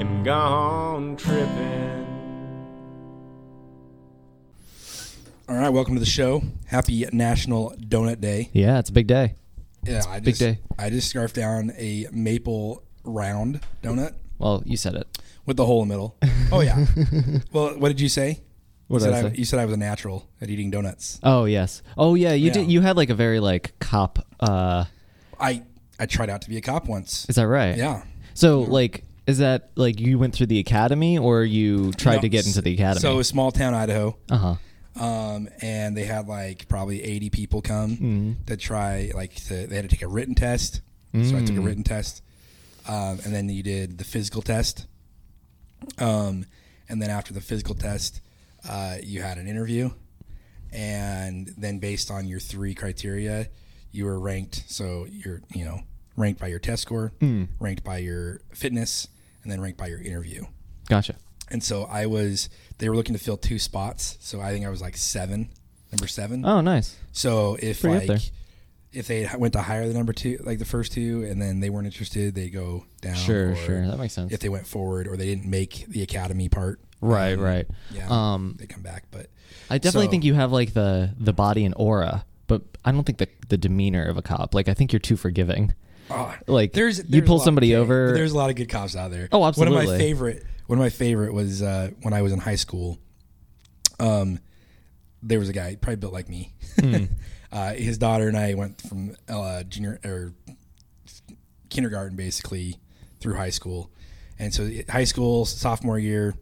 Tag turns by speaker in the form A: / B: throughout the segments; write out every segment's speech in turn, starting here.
A: I'm gone tripping.
B: All right, welcome to the show. Happy National Donut Day.
C: Yeah, it's a big day.
B: Yeah, I just,
C: big day.
B: I just scarfed down a maple round donut
C: Well, you said it.
B: with the hole in the middle. Oh yeah. well, what did you say?
C: What
B: you,
C: did
B: said
C: I say?
B: you said I was a natural at eating donuts.
C: Oh yes. Oh yeah. You
B: Yeah.
C: did. You had like a very like cop. uh
B: I I tried out to be a cop once.
C: Is that right?
B: Yeah.
C: So like, is that like you went through the academy or you tried
B: No,
C: to get into the academy?
B: So it was small town Idaho.
C: uh huh.
B: um, and they had like probably 80 people come to try like to, they had to take a written test so i took a written test um, and then you did the physical test um, and then after the physical test uh, you had an interview and then based on your three criteria you were ranked so you're you know ranked by your test score ranked by your fitness and then ranked by your interview
C: Gotcha.
B: and so I was. They were looking to fill two spots, so I think I was like seven, number seven.
C: Oh, nice.
B: so if
C: pretty up
B: like
C: there.
B: if they went to hire the number two, like the first two, and then they weren't interested, they go down.
C: Sure,
B: or
C: sure. That makes sense.
B: If they went forward or they didn't make the academy part,
C: Right, right.
B: yeah,
C: Um,
B: they come back. But
C: I definitely
B: So-
C: think you have like the the body and aura, but I don't think the the demeanor of a cop. Like I think you're too forgiving.
B: oh,
C: Like
B: there's,
C: you
B: there's a
C: pull
B: lot-
C: somebody
B: okay,
C: over.
B: There's a lot of good cops out there.
C: Oh,
B: One of my
C: absolutely.
B: favorite. One of my favorite was uh, when I was in high school. Um, there was a guy probably built like me.
C: Hmm.
B: uh, his daughter and I went from uh, junior or kindergarten basically through high school, and so high school sophomore year,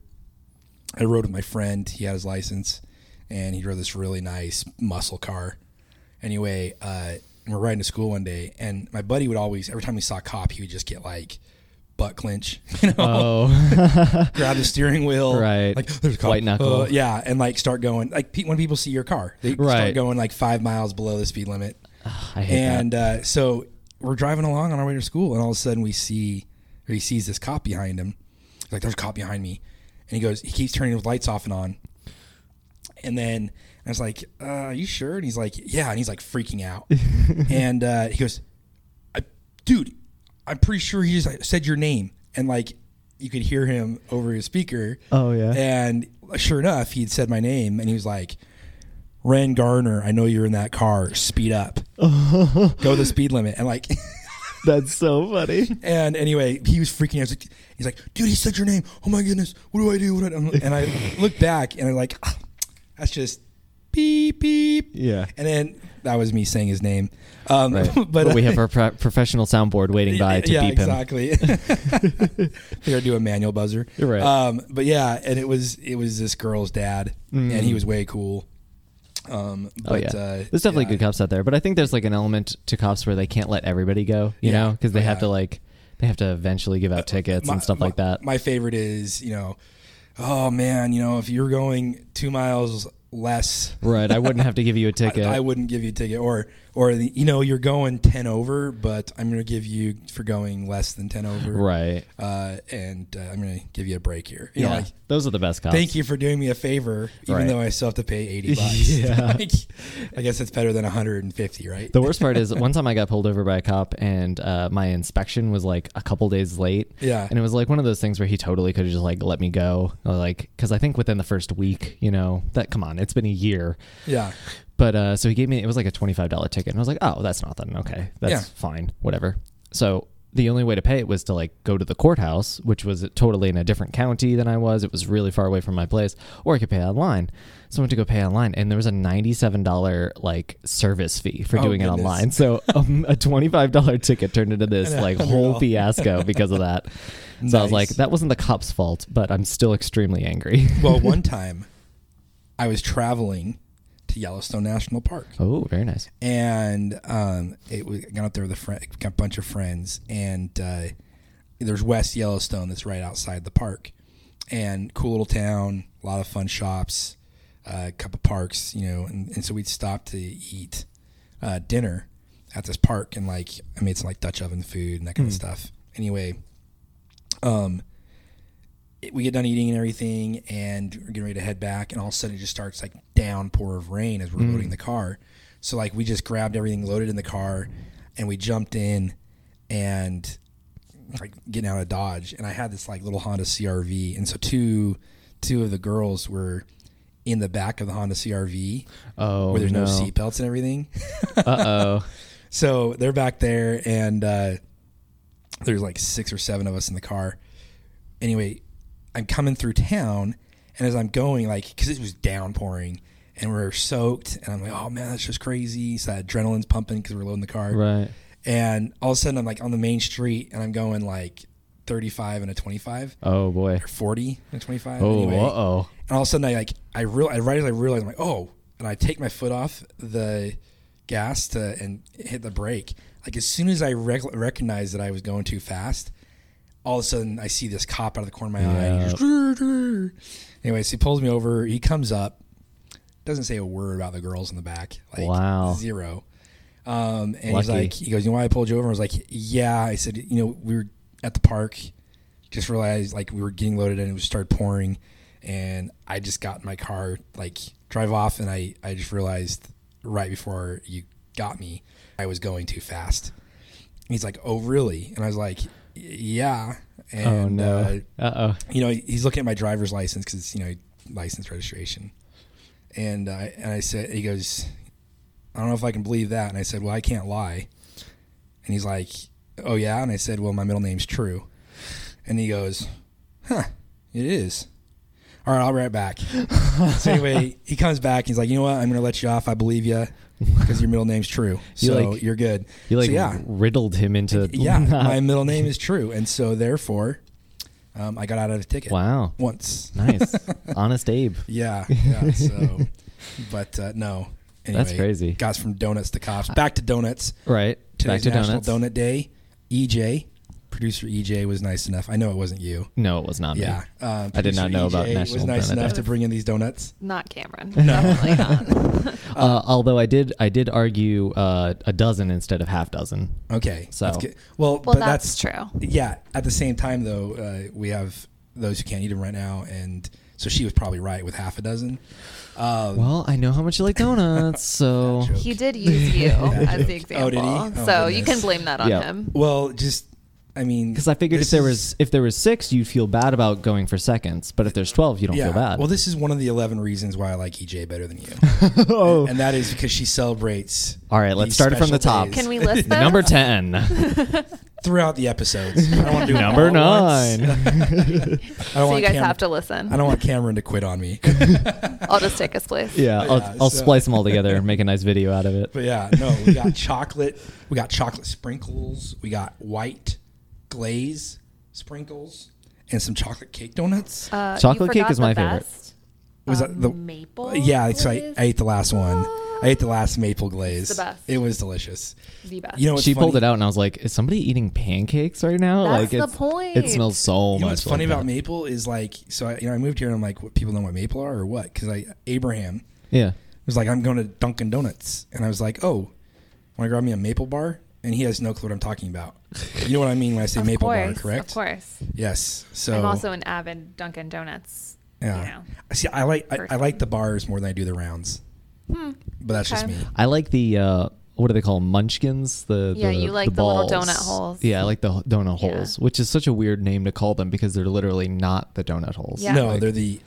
B: I rode with my friend. He had his license, and he drove this really nice muscle car. Anyway, uh, we're riding to school one day, and my buddy would always, every time we saw a cop, he would just get like butt clinch, you know,
C: oh,
B: grab the steering wheel,
C: Right.
B: Like there's a cop,
C: White knuckle.
B: uh, yeah, and like start going like pe- when people see your car, they start
C: Right.
B: going like five miles below the speed limit.
C: I hate
B: And uh, so we're driving along on our way to school, and all of a sudden we see, or he sees this cop behind him. He's like, "There's a cop behind me," and he goes, he keeps turning his lights off and on. And then I was like, uh, "Are you sure?" And he's like, "Yeah," and he's like freaking out. and uh, he goes, I, "Dude, I'm pretty sure he just like, said your name," and like you could hear him over his speaker.
C: Oh, yeah.
B: And sure enough, he'd said my name, and he was like. Ren Garner, I know you're in that car. Speed up go the speed limit and like
C: that. That's so funny.
B: and anyway he was freaking out He's like- he's like dude he said your name oh my goodness what do i do what do I, do?" and i look back and i'm like "Ah, that's just beep beep
C: Yeah.
B: and then that was me saying his name um
C: Right.
B: but,
C: But, we have
B: uh,
C: our pro- professional soundboard waiting by to
B: yeah,
C: beep him.
B: exactly. They're gonna do a manual buzzer.
C: You're right.
B: Um, but yeah, and it was it was this girl's dad, and he was way cool. Um, but,
C: Mm. Oh yeah,
B: uh,
C: there's definitely
B: yeah.
C: good cops out there, but I think there's like an element to cops where they can't let everybody go, you
B: Yeah.
C: know, because they
B: Oh,
C: have
B: yeah. Uh,
C: to like they have to eventually give out tickets and stuff like that.
B: My favorite is, you know, oh man, you know, if you're going two miles less,
C: right, I wouldn't have to give you a ticket.
B: I wouldn't give you a ticket. Or, or the, you know, you're going ten over, but I'm going to give you for going less than ten over,
C: right,
B: Uh, and uh, I'm going to give you a break here. You
C: yeah,
B: know, like,
C: those are the best cops.
B: thank you for doing me a favor, even
C: Right.
B: though I still have to pay eighty bucks.
C: Yeah.
B: Like, I guess that's better than hundred and fifty, right?
C: The worst part is one time I got pulled over by a cop and uh, my inspection was like a couple days late.
B: Yeah.
C: And it was like one of those things where he totally could have just like let me go. Or, like, because I think within the first week, you know, that come on, it's been a year.
B: yeah,
C: But uh, so he gave me it was like a twenty five dollar ticket, and I was like, oh, that's nothing. Okay, that's
B: Yeah.
C: fine, whatever. So the only way to pay it was to like go to the courthouse, which was totally in a different county than I was. It was really far away from my place, or I could pay online. So I went to go pay online, and there was a ninety seven dollar like service fee for
B: Oh,
C: doing
B: goodness.
C: it online. So um, a twenty five dollar ticket turned into this
B: And a
C: like
B: hundred
C: whole
B: dollar.
C: fiasco because of that. So I was like,
B: Nice.
C: that wasn't the cop's fault, but I'm still extremely angry.
B: Well, one time, I was traveling to Yellowstone National Park.
C: oh, very nice.
B: and um, it was I got up there with a friend, got a bunch of friends, and uh, there's West Yellowstone that's right outside the park, and cool little town, a lot of fun shops, uh, a couple parks, you know, and, and so we'd stop to eat uh, dinner at this park, and like I made some like Dutch oven food and that kind of stuff. Anyway, um. it- We get done eating and everything, and we're getting ready to head back, and all of a sudden it just starts like downpour of rain as we're
C: Mm.
B: loading the car. So like we just grabbed everything loaded in the car, and we jumped in, and like getting out of Dodge, and I had this like little Honda CRV, and so two two of the girls were in the back of the Honda CRV
C: Oh,
B: where there's no,
C: no.
B: seatbelts and everything.
C: Uh oh.
B: So they're back there, and uh, there's like six or seven of us in the car. Anyway, I'm coming through town, and as I'm going, like, because it was downpouring, and we're soaked, and I'm like, oh man, that's just crazy. So that adrenaline's pumping because we're loading the car.
C: right.
B: And all of a sudden, I'm like on the main street, and I'm going like 35 and a 25,
C: Oh boy.
B: or 40 and a 25.
C: Oh,
B: anyway.
C: uh oh.
B: And all of a sudden, I like I real I right as I realize I'm like oh, and I take my foot off the gas to and hit the brake. Like as soon as I rec- recognized that I was going too fast, all of a sudden I see this cop out of the corner of my eye. And he
C: Yeah.
B: just, "Durr, durr." Anyways, he pulls me over. He comes up, doesn't say a word about the girls in the back. Like
C: Wow.
B: zero. Um, and he's
C: Lucky.
B: like, he goes, you know why I pulled you over? I was like, yeah. I said, you know, we were at the park, just realized like we were getting loaded and it was started pouring, and I just got in my car, like drive off, and I I just realized right before you got me, I was going too fast. And he's like, oh really? And I was like, "Y- yeah. And,
C: oh no.
B: uh,
C: Uh oh.
B: you know, he's looking at my driver's license because it's you know license registration, and I and I said he goes, I don't know if I can believe that, and I said, well, I can't lie, and he's like, oh yeah, and I said, well, my middle name's True, and he goes, huh, it is. All right, I'll be right back. so anyway, he comes back. He's like, you know what? I'm gonna let you off. I believe you because your middle name's True,
C: You
B: so
C: like-
B: you're good.
C: You like
B: so, yeah,
C: riddled him into
B: yeah. my middle name is True, and so therefore, um, I got out of the ticket
C: Wow.
B: once.
C: Nice. Honest Abe.
B: Yeah, yeah. So, but uh, no. Anyway,
C: That's crazy.
B: Guys from donuts to cops. Back to donuts.
C: Right.
B: Today's
C: Back to
B: National
C: donuts.
B: Donut Day. EJ, producer EJ was nice enough. I know it wasn't you.
C: No, it was not
B: Yeah,
C: me.
B: um,
C: I did
B: producer
C: not know about
B: EJ Was
C: National
B: nice
C: Donut
B: enough
C: Day.
B: to bring in these donuts.
D: Not Cameron. Definitely not.
C: Uh, although I did, I did argue uh, a dozen instead of half dozen.
B: Okay,
C: So-
B: that's good. well,
D: Well,
B: but that's,
D: that's, true.
B: Yeah. At the same time, though, uh, we have those who can't eat them right now, and so she was probably right with half a dozen. Um,
C: Well, I know how much you like donuts, so
B: Joke.
D: He did use you as the example.
B: Oh, did he? Oh,
D: so you
B: goodness.
D: can blame that on
C: Yeah.
D: him.
B: well, just I mean,
C: because I figured if
B: this
C: there
B: is-
C: was if there was six, you'd feel bad about going for seconds, but if there's twelve, you don't feel bad.
B: Well, this is one of the 11 reasons why I like EJ better than you.
C: Oh.
B: And that is because she celebrates.
C: All right, let's
B: these
C: start it from the
B: special
C: top.
B: days
D: Can we list them?
C: Number ten,
B: Throughout the episodes. I don't want to do it
C: number
B: all at once.
C: nine.
B: I don't
D: so
B: want
D: you guys
B: Cam-
D: have to listen.
B: I don't want Cameron to quit on me.
D: I'll just take his place.
C: yeah, I'll,
B: Oh, Yeah,
C: I'll
B: so-
C: splice them all together and make a nice video out of it.
B: But yeah, no, we got chocolate. We got chocolate sprinkles. We got white glaze sprinkles and some chocolate cake donuts.
D: Uh, you
C: Chocolate cake
D: forgot
C: is my
D: the
C: favorite.
D: best,
B: Was
D: um,
B: that the-
D: maple?
B: yeah, so I,
D: glaze?
B: I ate the last one. I ate the last maple glaze.
D: the best.
B: It was delicious.
D: the best.
B: You know, what's
C: she pulled
B: funny?
C: it out, and I was like, "Is somebody eating pancakes right now?"
D: That's
C: like,
D: the
C: it's-
D: point.
C: It smells so
B: You know
C: much.
B: what's funny
C: like
B: about
C: that.
B: maple is like, so I, you know, I moved here and I'm like, what, people know what maple are or what? Because I Abraham
C: Yeah.
B: was like, I'm going to Dunkin' Donuts, and I was like, oh, want to grab me a maple bar? And he has no clue what I'm talking about. You know what I mean when I say
D: of
B: maple bar,
D: course,
B: correct?
D: Of course.
B: Yes. So
D: I'm also an avid Dunkin' Donuts.
B: yeah.
D: you know,
B: See, I like I, I
D: person.
B: like the bars more than I do the rounds, but that's just
D: Hmm. okay.
B: me.
C: I like the uh, what do they call 'em? munchkins? The
D: Yeah,
C: the,
D: you like the little
C: balls.
D: donut holes.
C: Yeah, I like the h- donut
D: Yeah.
C: holes, which is such a weird name to call them because they're literally not the donut holes.
D: Yeah.
B: No,
C: Like-
B: they're the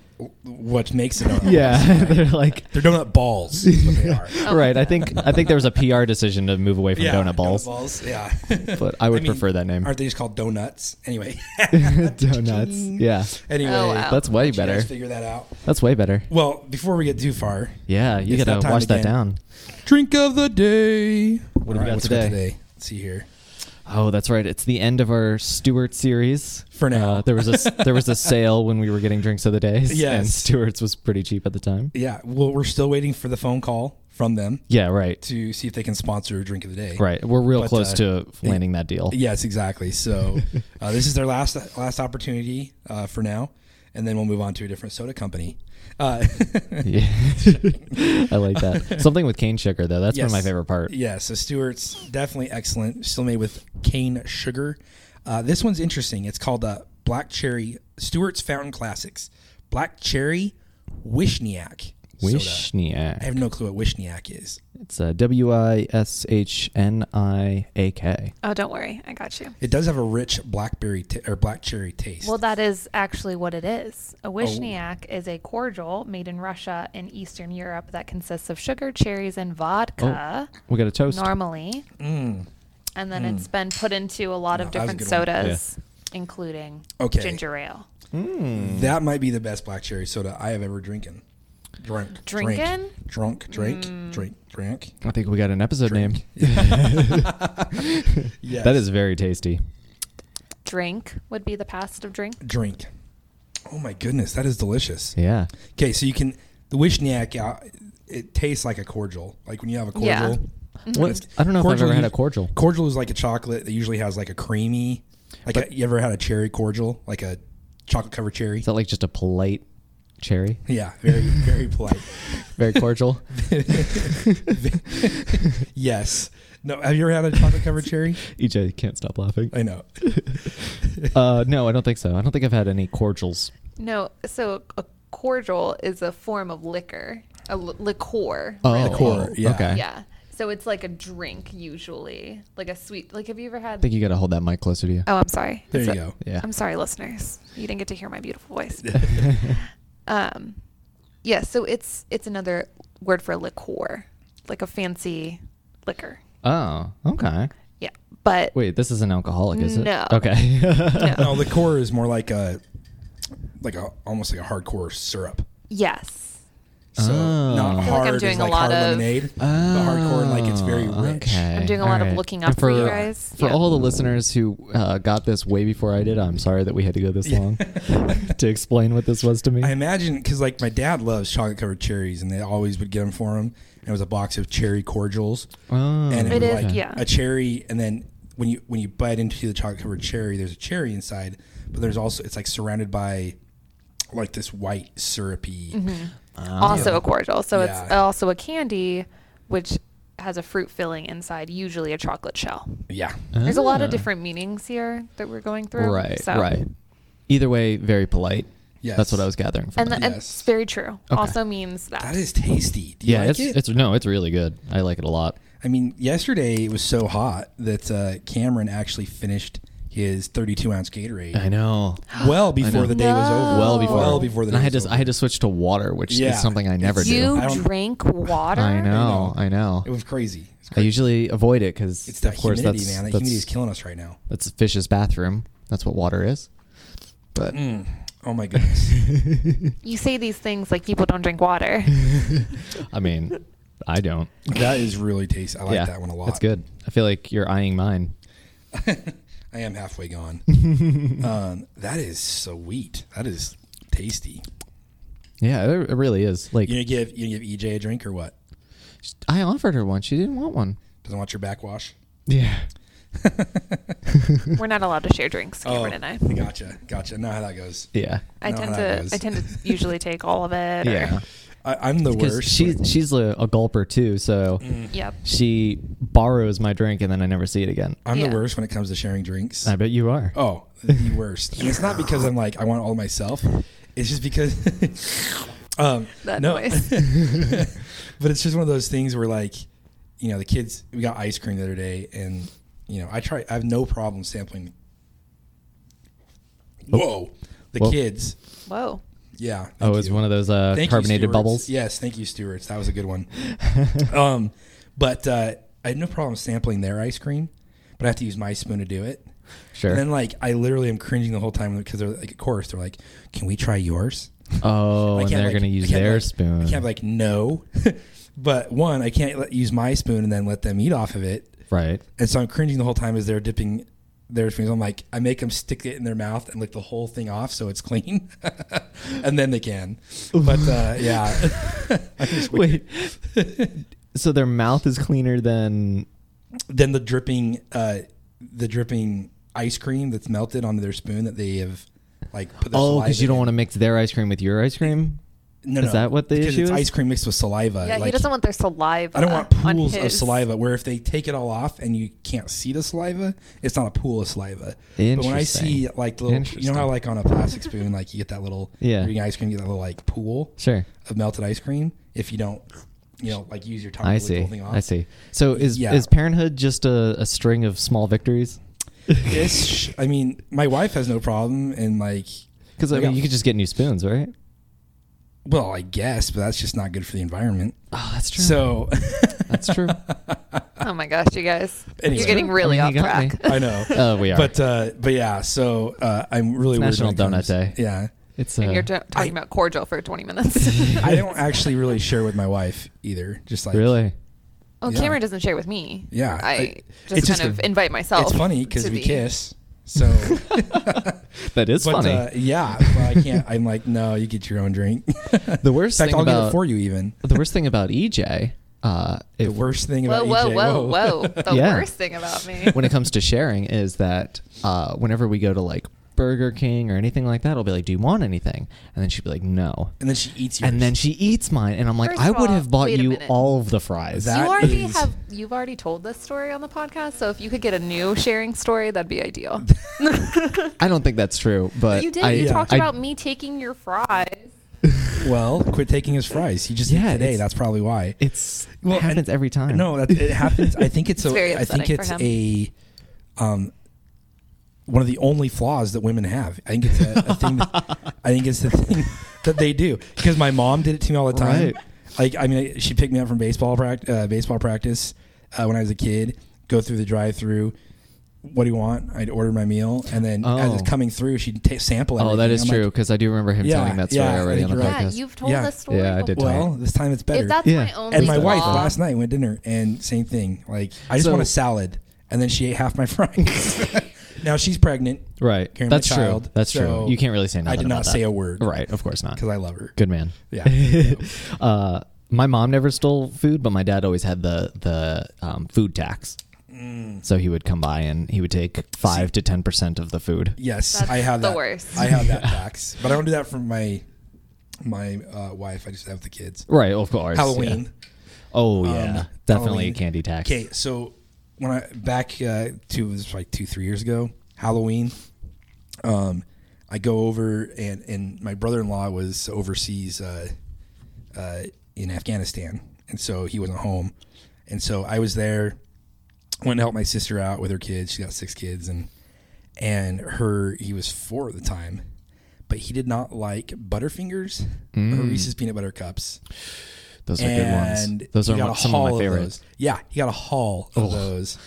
B: what makes a donut.
C: yeah, they're like
B: they're donut balls. is what they are.
D: Oh,
C: right. I
D: yeah.
C: think I think there was a PR decision to move away from
B: Yeah,
C: donut balls.
B: Yeah,
C: But I would prefer that name.
B: Aren't they just called donuts anyway?
C: Donuts. Yeah,
B: Anyway,
D: Oh, wow.
C: that's way
B: did you guys
C: better.
B: figure that out.
C: That's way better.
B: Well, before we get too far,
C: Yeah, you
B: It's that
C: gotta
B: time
C: wash that
B: again.
C: down.
B: drink of the day. What
C: do we got
B: what's good
C: today?
B: Let's see here.
C: Oh, that's right. It's the end of our Stewart series
B: For now.
C: Uh, there was a there was a sale when we were getting drinks of the day. and
B: Yes.
C: Stewart's was pretty cheap at the time.
B: Yeah, well, we're still waiting for the phone call from them
C: Yeah, right,
B: to see if they can sponsor a drink of the day.
C: right. We're real
B: But,
C: close
B: uh,
C: to landing that deal.
B: Yes, exactly. So uh, this is their last last opportunity uh, for now, and then we'll move on to a different soda company. Uh,
C: Yeah. I like that. Something with cane sugar though. That's one
B: Yes.
C: of my favorite part.
B: Yeah, so Stewart's definitely excellent. Still made with cane sugar. Uh, this one's interesting. It's called uh, Black Cherry Stewart's Fountain Classics. Black Cherry Wishniak. soda. I
C: Wishniak.
B: have no clue what Wishniak is.
C: It's uh, W I S H N I A K.
D: Oh, don't worry, I got you.
B: It does have a rich blackberry t- or black cherry taste.
D: Well, that is actually what it is. A wishniak
B: Oh.
D: is a cordial made in Russia and Eastern Europe that consists of sugar, cherries, and vodka
B: Oh.
C: We got a toast.
D: normally. And then it's been put into a lot
B: No,
D: of
B: Mm. that was a
D: different
B: good
C: one.
D: sodas, including
B: Okay.
D: ginger ale.
C: Mm.
B: that might be the best black cherry soda I have ever drinking. Drunk, drink,
D: Drinkin'?
B: drunk, drink, drink, drink.
C: I think we got an episode name.
B: Yes.
C: That is very tasty.
D: Drink would be the past of drink.
B: drink. Oh my goodness, that is delicious.
C: Yeah.
B: Okay, so you can the Wishniak. Uh, it tastes like a cordial. Like when you have a cordial.
D: Yeah. Mm-hmm.
C: What, I don't know if I've
B: Cordial
C: ever had a
B: usu-
C: cordial.
B: Cordial is like a chocolate that usually has like a creamy. Like a, you ever had a cherry cordial, like a chocolate covered cherry?
C: Is that like just a polite cherry?
B: yeah, very very polite.
C: Very cordial.
B: Yes. No, have you ever had a chocolate covered cherry?
C: EJ E can't stop laughing.
B: I know.
C: Uh, no, I don't think so. I don't think I've had any cordials.
D: No, so a cordial is a form of liquor, a li- liqueur.
C: Oh,
B: Liqueur, yeah.
C: okay.
D: Yeah. So it's like a drink usually, like a sweet. Like, have you ever had?
C: I think you got to hold that mic closer to you.
D: oh, I'm sorry.
B: There
D: It's
B: you
D: a-
B: go.
C: Yeah.
D: I'm sorry, listeners. You didn't get to hear my beautiful voice. um, yeah. So it's it's another word for liqueur, like a fancy liquor. Um,
C: Oh, okay.
D: Yeah, but
C: Wait, this is an alcoholic, is it?
D: No.
C: Okay.
B: No, liqueur is more like a like a almost like a hardcore syrup.
D: yes,
B: So
C: Oh.
B: not
C: I
D: feel like
B: hard
D: I'm
B: is
D: doing a
B: like
D: lot
B: hard
D: of-
B: lemonade, but hardcore like it's very rich.
C: Oh, okay.
D: I'm doing a
C: All
D: lot of
C: right.
D: looking up
C: And
D: for, you guys.
C: For
D: Yeah.
C: all the listeners who uh, got this way before I did, I'm sorry that we had to go this long to explain what this was to me.
B: I imagine because like my dad loves chocolate covered cherries, and they always would get them for him. And it was a box of cherry cordials,
C: Oh.
B: and
D: It
B: was
D: is,
B: like
D: yeah.
B: a cherry. And then when you when you bite into the chocolate covered cherry, there's a cherry inside, but there's also it's like surrounded by like this white syrupy.
D: Mm-hmm.
C: Ah.
D: also a cordial. So it's
B: Yeah.
D: also a candy, which has a fruit filling inside, usually a chocolate shell.
B: Yeah,
D: There's a lot of different meanings here that we're going through.
C: Ah. Right,
D: so.
C: right. Either way, very polite.
B: Yes.
C: That's what I was gathering from.
D: And, the,
C: that.
D: and
B: Yes.
D: it's very true. Also means that.
B: that is tasty. Do you
C: yeah,
B: like
C: it's
B: it?
C: it's no, it's really good. I like it a lot.
B: I mean, yesterday it was so hot that uh, Cameron actually finished his 32 ounce Gatorade.
C: I know.
B: well before
C: know.
B: the day was over.
C: Well before,
B: Well before the
C: and I
B: day
C: had
B: was
C: to I
B: over.
C: had to switch to water, which
B: Yeah.
C: is something I never do.
D: you
B: I don't-
D: drink water.
C: I know, I know.
B: It was crazy. It's
C: I
B: crazy.
C: usually avoid it because,
B: It's that
C: of course,
B: humidity,
C: that's
B: man. That
C: that's,
B: humidity is killing us right now.
C: that's a fish's bathroom. That's what water is. But
B: Oh my goodness.
D: You say these things like people don't drink water.
C: I mean, I don't.
B: that is really tasty. I like
C: yeah,
B: that one a lot.
C: That's good. I feel like you're eyeing mine.
B: I am halfway gone. um, that is sweet. That is tasty.
C: Yeah, it, it really is. Like
B: You gonna give you gonna give EJ a drink or what?
C: I offered her one, she didn't want one.
B: Doesn't want your backwash.
C: Yeah.
D: We're not allowed to share drinks,
B: Oh.
D: Cameron and I.
B: Gotcha, gotcha. I Know how that goes.
C: Yeah.
D: I
B: know
D: tend
B: how that
D: to
B: goes.
D: I tend to usually take all of it. or-
C: Yeah.
B: I, I'm the
C: Because
B: worst. Mm.
C: she's she's a, a gulper too, so
D: Yep.
C: she borrows my drink and then I never see it again.
B: I'm
D: Yeah.
B: the worst when it comes to sharing drinks.
C: I bet you are.
B: Oh, the worst. And it's not because I'm like I want all myself. It's just because um
D: That
B: no,
D: noise.
B: but it's just one of those things where like, you know, the kids we got ice cream the other day and you know, I try I have no problem sampling
C: Oh.
B: Whoa. The
C: Whoa.
B: kids.
D: Whoa.
B: Yeah. thank
C: Oh, it's
B: you.
C: one of those uh,
B: Thank you,
C: carbonated
B: stewards.
C: bubbles.
B: Yes, thank you, stewards. That was a good one. um but uh I had no problem sampling their ice cream, but I have to use my spoon to do it.
C: Sure.
B: And then like I literally am cringing the whole time because they're like, of course they're like, "Can we try yours?"
C: oh,
B: I
C: and
B: can't,
C: they're
B: like-
C: gonna
B: I
C: use
B: can't,
C: their
B: like-
C: spoon.
B: I can't be like no, but one I can't let, use my spoon and then let them eat off of it,
C: right.
B: and so I'm cringing the whole time as they're dipping their spoons. I'm like, I make them stick it in their mouth and lick the whole thing off so it's clean, and then they can. But uh, yeah,
C: Wait. so their mouth is cleaner than
B: then the dripping, uh, the dripping ice cream that's melted onto their spoon that they have like put their
C: Oh,
B: saliva
C: because you don't
B: in.
C: want to mix their ice cream with your ice cream?
B: No,
C: Is
B: no,
C: that what the
B: because
C: issue
B: it's
C: is?
B: ice cream mixed with saliva.
D: yeah, he
B: like,
D: doesn't want their saliva.
B: I don't want
D: on
B: pools of
D: his-
B: saliva where if they take it all off and you can't see the saliva, it's not a pool of saliva. But when I
C: Interesting.
B: see like the little, you know how
C: Interesting.
B: like on a plastic spoon, like you get that little,
C: Yeah.
B: you're eating ice cream, you get that little like pool
C: Sure.
B: of melted ice cream. If you don't, you know, like use your tongue
C: I
B: to lick the
C: see.
B: whole thing off.
C: I see. So is
B: Yeah.
C: is parenthood just a, a string of small victories?
B: This, sh- I mean, my wife has no problem, and like,
C: Because I
B: We
C: mean,
B: got-
C: you could just get new spoons, right?
B: well, I guess, but that's just not good for the environment.
C: Oh, that's true.
B: So
C: that's true.
D: Oh my gosh, you guys,
B: Anyway.
D: you're getting really
C: I mean, he
D: off
C: got
D: track.
B: I know,
C: Oh, we are.
B: but uh, but yeah, so uh, I'm really
C: It's
B: weird
C: National
B: when it comes-
C: Donut Day.
B: Yeah,
C: it's
D: And
C: uh,
D: you're t- talking
B: I-
D: about cordial for 20 minutes.
B: I don't actually really share with my wife either. Just like
C: really
D: oh,
B: Yeah.
D: Cameron doesn't share with me.
B: Yeah,
D: I,
B: I-
D: just kind
B: it's just
D: of
B: a-
D: invite myself.
B: it's funny because
D: to
B: we
D: the-
B: kiss. So,
C: that is
B: but
C: funny.
B: uh, yeah, but I can't. I'm like, no, you get your own drink.
C: the worst
B: In fact,
C: thing
B: I'll get it
C: about
B: for you. Even
C: the worst thing about EJ, uh, if,
B: the worst thing
D: Whoa,
B: about E
D: whoa,
B: EJ,
D: whoa, whoa! The
C: Yeah.
D: worst thing about me.
C: when it comes to sharing is that uh, whenever we go to like Burger King or anything like that, I'll be like, "Do you want anything?" And then she'd be like, "No."
B: And then she eats yours.
C: And then she eats mine, and I'm like,
D: First
C: "I
D: of
C: would
D: all,
C: have bought
D: wait a
C: you
D: minute.
C: all of the fries."
B: That
D: you already
B: is-
D: have you've already told this story on the podcast, so if you could get a new sharing story, that'd be ideal.
C: I don't think that's true, but
D: you did.
C: I,
D: you
B: yeah.
D: talked
C: I-
D: about me taking your fries.
B: well, quit taking his fries. He just
C: Yeah,
B: ate today.
C: it's-
B: That's probably why.
C: It's
B: Well,
C: it happens
B: and-
C: every time.
B: No, that, it happens. I think it's,
D: It's
B: a.
D: very
B: I think
D: upsetting
B: it's a.
D: for
B: Um, one of the only flaws that women have. I think it's a, a thing. That, I think it's the thing that they do because my mom did it to me all the time.
C: Right.
B: Like I mean, she picked me up from baseball prac- uh, baseball practice uh, when I was a kid. Go through the drive-through. What do you want? I'd order my meal, and then as it's
C: Oh.
B: coming through, she'd ta sample.
C: Oh,
B: Everything.
C: that is
B: I'm like,
C: true because I do remember him
B: Yeah,
C: telling that story
B: yeah, I
C: already on
B: think
C: the
B: you're
D: Yeah,
B: right.
C: podcast.
D: you've told
B: Yeah.
D: this story.
C: Yeah, I did
D: before.
C: tell you.
B: well, this time it's better.
D: If that's
C: Yeah.
D: my only
B: and my wife
D: flaw-
B: last night went to dinner and same thing. Like I just
C: So-
B: want a salad, and then she ate half my fries. now she's pregnant.
C: Right.
B: Carrying my
C: That's true.
B: child,
C: That's
B: so
C: true. You can't really say
B: I
C: nothing
B: did not
C: about
B: say
C: that.
B: a word.
C: Right, of course not.
B: Because I love her.
C: Good man.
B: Yeah.
C: uh, my mom never stole food, but my dad always had the the um, food tax.
B: Mm.
C: So he would come by and he would take five to ten percent of the food.
B: yes,
D: That's
B: I have
D: the
B: that.
D: worst.
B: I have that tax, but I don't do that for my my uh, wife. I just have the kids.
C: Right, of course. yeah.
B: Halloween.
C: Oh yeah,
B: Um,
C: definitely a
B: Halloween.
C: candy tax.
B: Okay, so when I back uh, to it was like two three years ago, Halloween, um, I go over and and my brother in law was overseas uh, uh, in Afghanistan, and so he wasn't home, and so I was there, went to help my sister out with her kids. She got six kids, and and her he was four at the time. But he did not like Butterfingers or
C: Mm.
B: Reese's peanut butter cups
C: Those are good ones. Those
B: he
C: are
B: got
C: one-
B: a
C: some of
B: haul
C: my favorites.
B: those. Yeah, he got a haul of those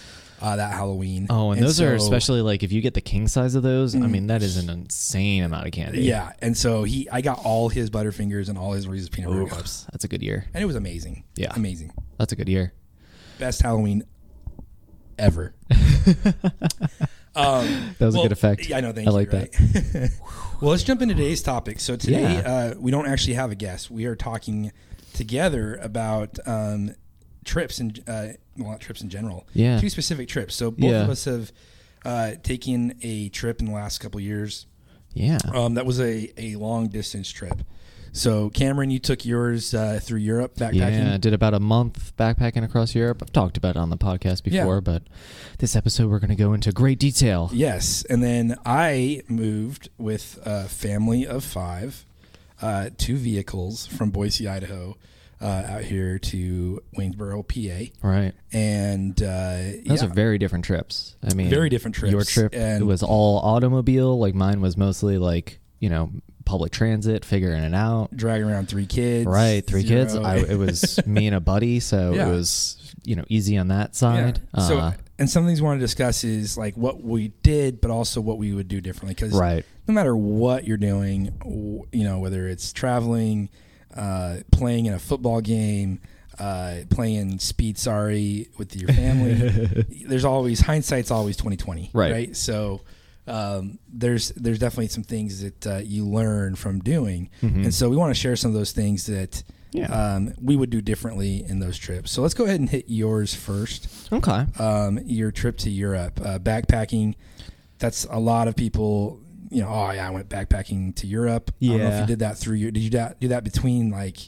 B: uh, that Halloween.
C: Oh, and, those are
B: so- Mm.
C: especially like if you get the king size of those. I mean, that is an insane amount of candy.
B: Yeah, and so he, I got all his Butterfingers and all his Reese's peanut butter cups,
C: that's a good year.
B: and it was amazing.
C: Yeah.
B: amazing,
C: That's a good year.
B: best Halloween ever. um,
C: That was a good effect.
B: Yeah, I know. Thank
C: I
B: you.
C: like
B: right? well, let's jump into today's topic. So today uh, we don't actually have a guest. We are talking together about um, trips and uh, well, not trips in general.
C: Yeah.
B: Two specific trips. So both
C: Yeah.
B: of us have uh, taken a trip in the last couple years.
C: Yeah.
B: Um, that was a, a long distance trip. So Cameron, you took yours uh, through Europe backpacking.
C: Yeah, I did about a month backpacking across Europe. I've talked about it on the podcast
B: Yeah.
C: before, but this episode we're going to go into great detail.
B: Yes, and then I moved with a family of five, uh, two vehicles from Boise, Idaho, uh, out here to Waynesboro, PA,
C: Right.
B: and uh,
C: Those
B: yeah,
C: are very different trips. I mean,
B: Very different trips,
C: Your trip it
B: and-
C: was all automobile. Like mine was mostly like you know public transit, figuring it out.
B: dragging around three kids.
C: Right, three
B: zero-
C: kids. I, it was me and a buddy, so
B: Yeah.
C: it was you know easy on that
B: Yeah.
C: side.
B: So,
C: Uh,
B: and some things we want to discuss is like what we did, but also what we would do differently. Because
C: right.
B: no matter what you're doing, w- you know, whether it's traveling, uh, playing in a football game, uh, playing speed sorry with your family, there's always hindsight's always 2020,
C: Right.
B: So um, there's there's definitely some things that uh, you learn from doing, and so we want to share some of those things that.
C: Mm-hmm. Yeah.
B: Um, we would do differently in those trips. So let's go ahead and hit yours first
C: Okay.
B: um, your trip to Europe, uh, backpacking. That's a lot of people. you know, oh yeah, I went backpacking to Europe. I don't know if
C: Yeah.
B: you did that through your did you da- do that between like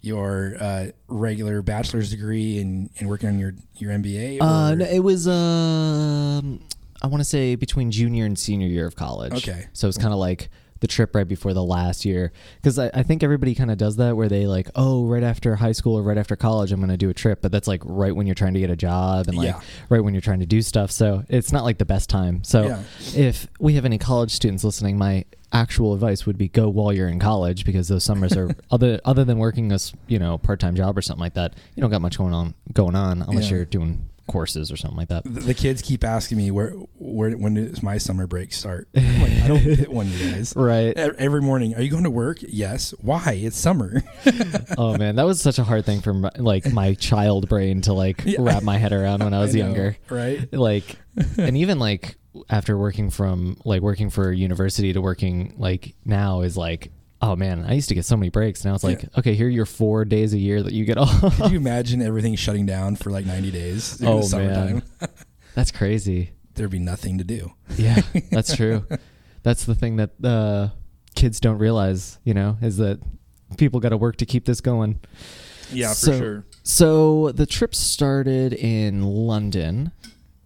B: your uh, regular bachelor's degree and, and working on your your MBA?
C: Uh,
B: or-
C: no, it was um, I want to say between junior and senior year of college.
B: Okay.
C: so it's kind of like the trip right before the last year because I, I think everybody kind of does that where they like oh right after high school or right after college i'm going to do a trip but that's like right when you're trying to get a job and like
B: Yeah.
C: right when you're trying to do stuff so it's not like the best time so
B: Yeah.
C: if we have any college students listening my actual advice would be go while you're in college because those summers are other other than working a s- you know part-time job or something like that you don't got much going on going on unless
B: Yeah.
C: you're doing courses or something like that.
B: the the kids keep asking me where where when does my summer break start? I'm like, I don't hit one, you guys. E-
C: Right.
B: Every morning, are you going to work? Yes. Why? It's summer.
C: Oh man, that was such a hard thing for my, like my child brain to like
B: Yeah.
C: wrap my head around when I was
B: know,
C: younger.
B: right?
C: Like and even like after working from like working for university to working like now is like oh man, I used to get so many breaks. Now it's like
B: Yeah.
C: okay, here are your 4 days a year that you get off.
B: Could you imagine everything shutting down for like 90 days during
C: Oh,
B: the summertime?
C: That's crazy.
B: There'd be nothing to do.
C: Yeah, that's true. That's the thing that uh, kids don't realize, you know, is that people got to work to keep this going.
A: Yeah, for
C: So-
A: sure.
C: So the trip started in London.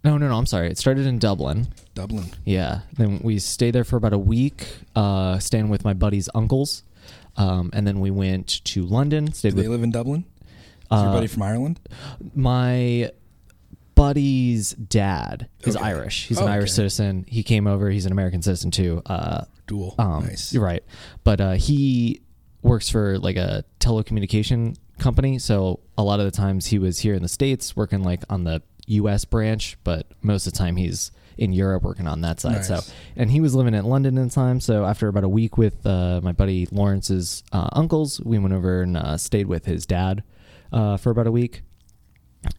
C: No, no, no. I'm sorry. It started in Dublin.
B: Dublin.
C: Yeah. Then we stayed there for about a week, uh, staying with my buddy's uncles. Um, and then we went to London,
B: Do
C: stayed
B: they
C: with
B: live in Dublin? Is your
C: uh,
B: buddy from Ireland?
C: my buddy's dad is
B: Okay. Oh,
C: Irish. He's an
B: Okay.
C: Irish citizen. He came over. He's an American citizen too. Uh,
B: Dual.
C: um,
B: nice.
C: You're right. But uh, he works for like a telecommunication company. So a lot of the times he was here in the States working like on the US branch, but most of the time he's in Europe working on that side. So,
B: Nice.
C: and he was living in London at the time. So after about a week with uh, my buddy Lawrence's uh, uncles, we went over and uh, stayed with his dad uh, for about a week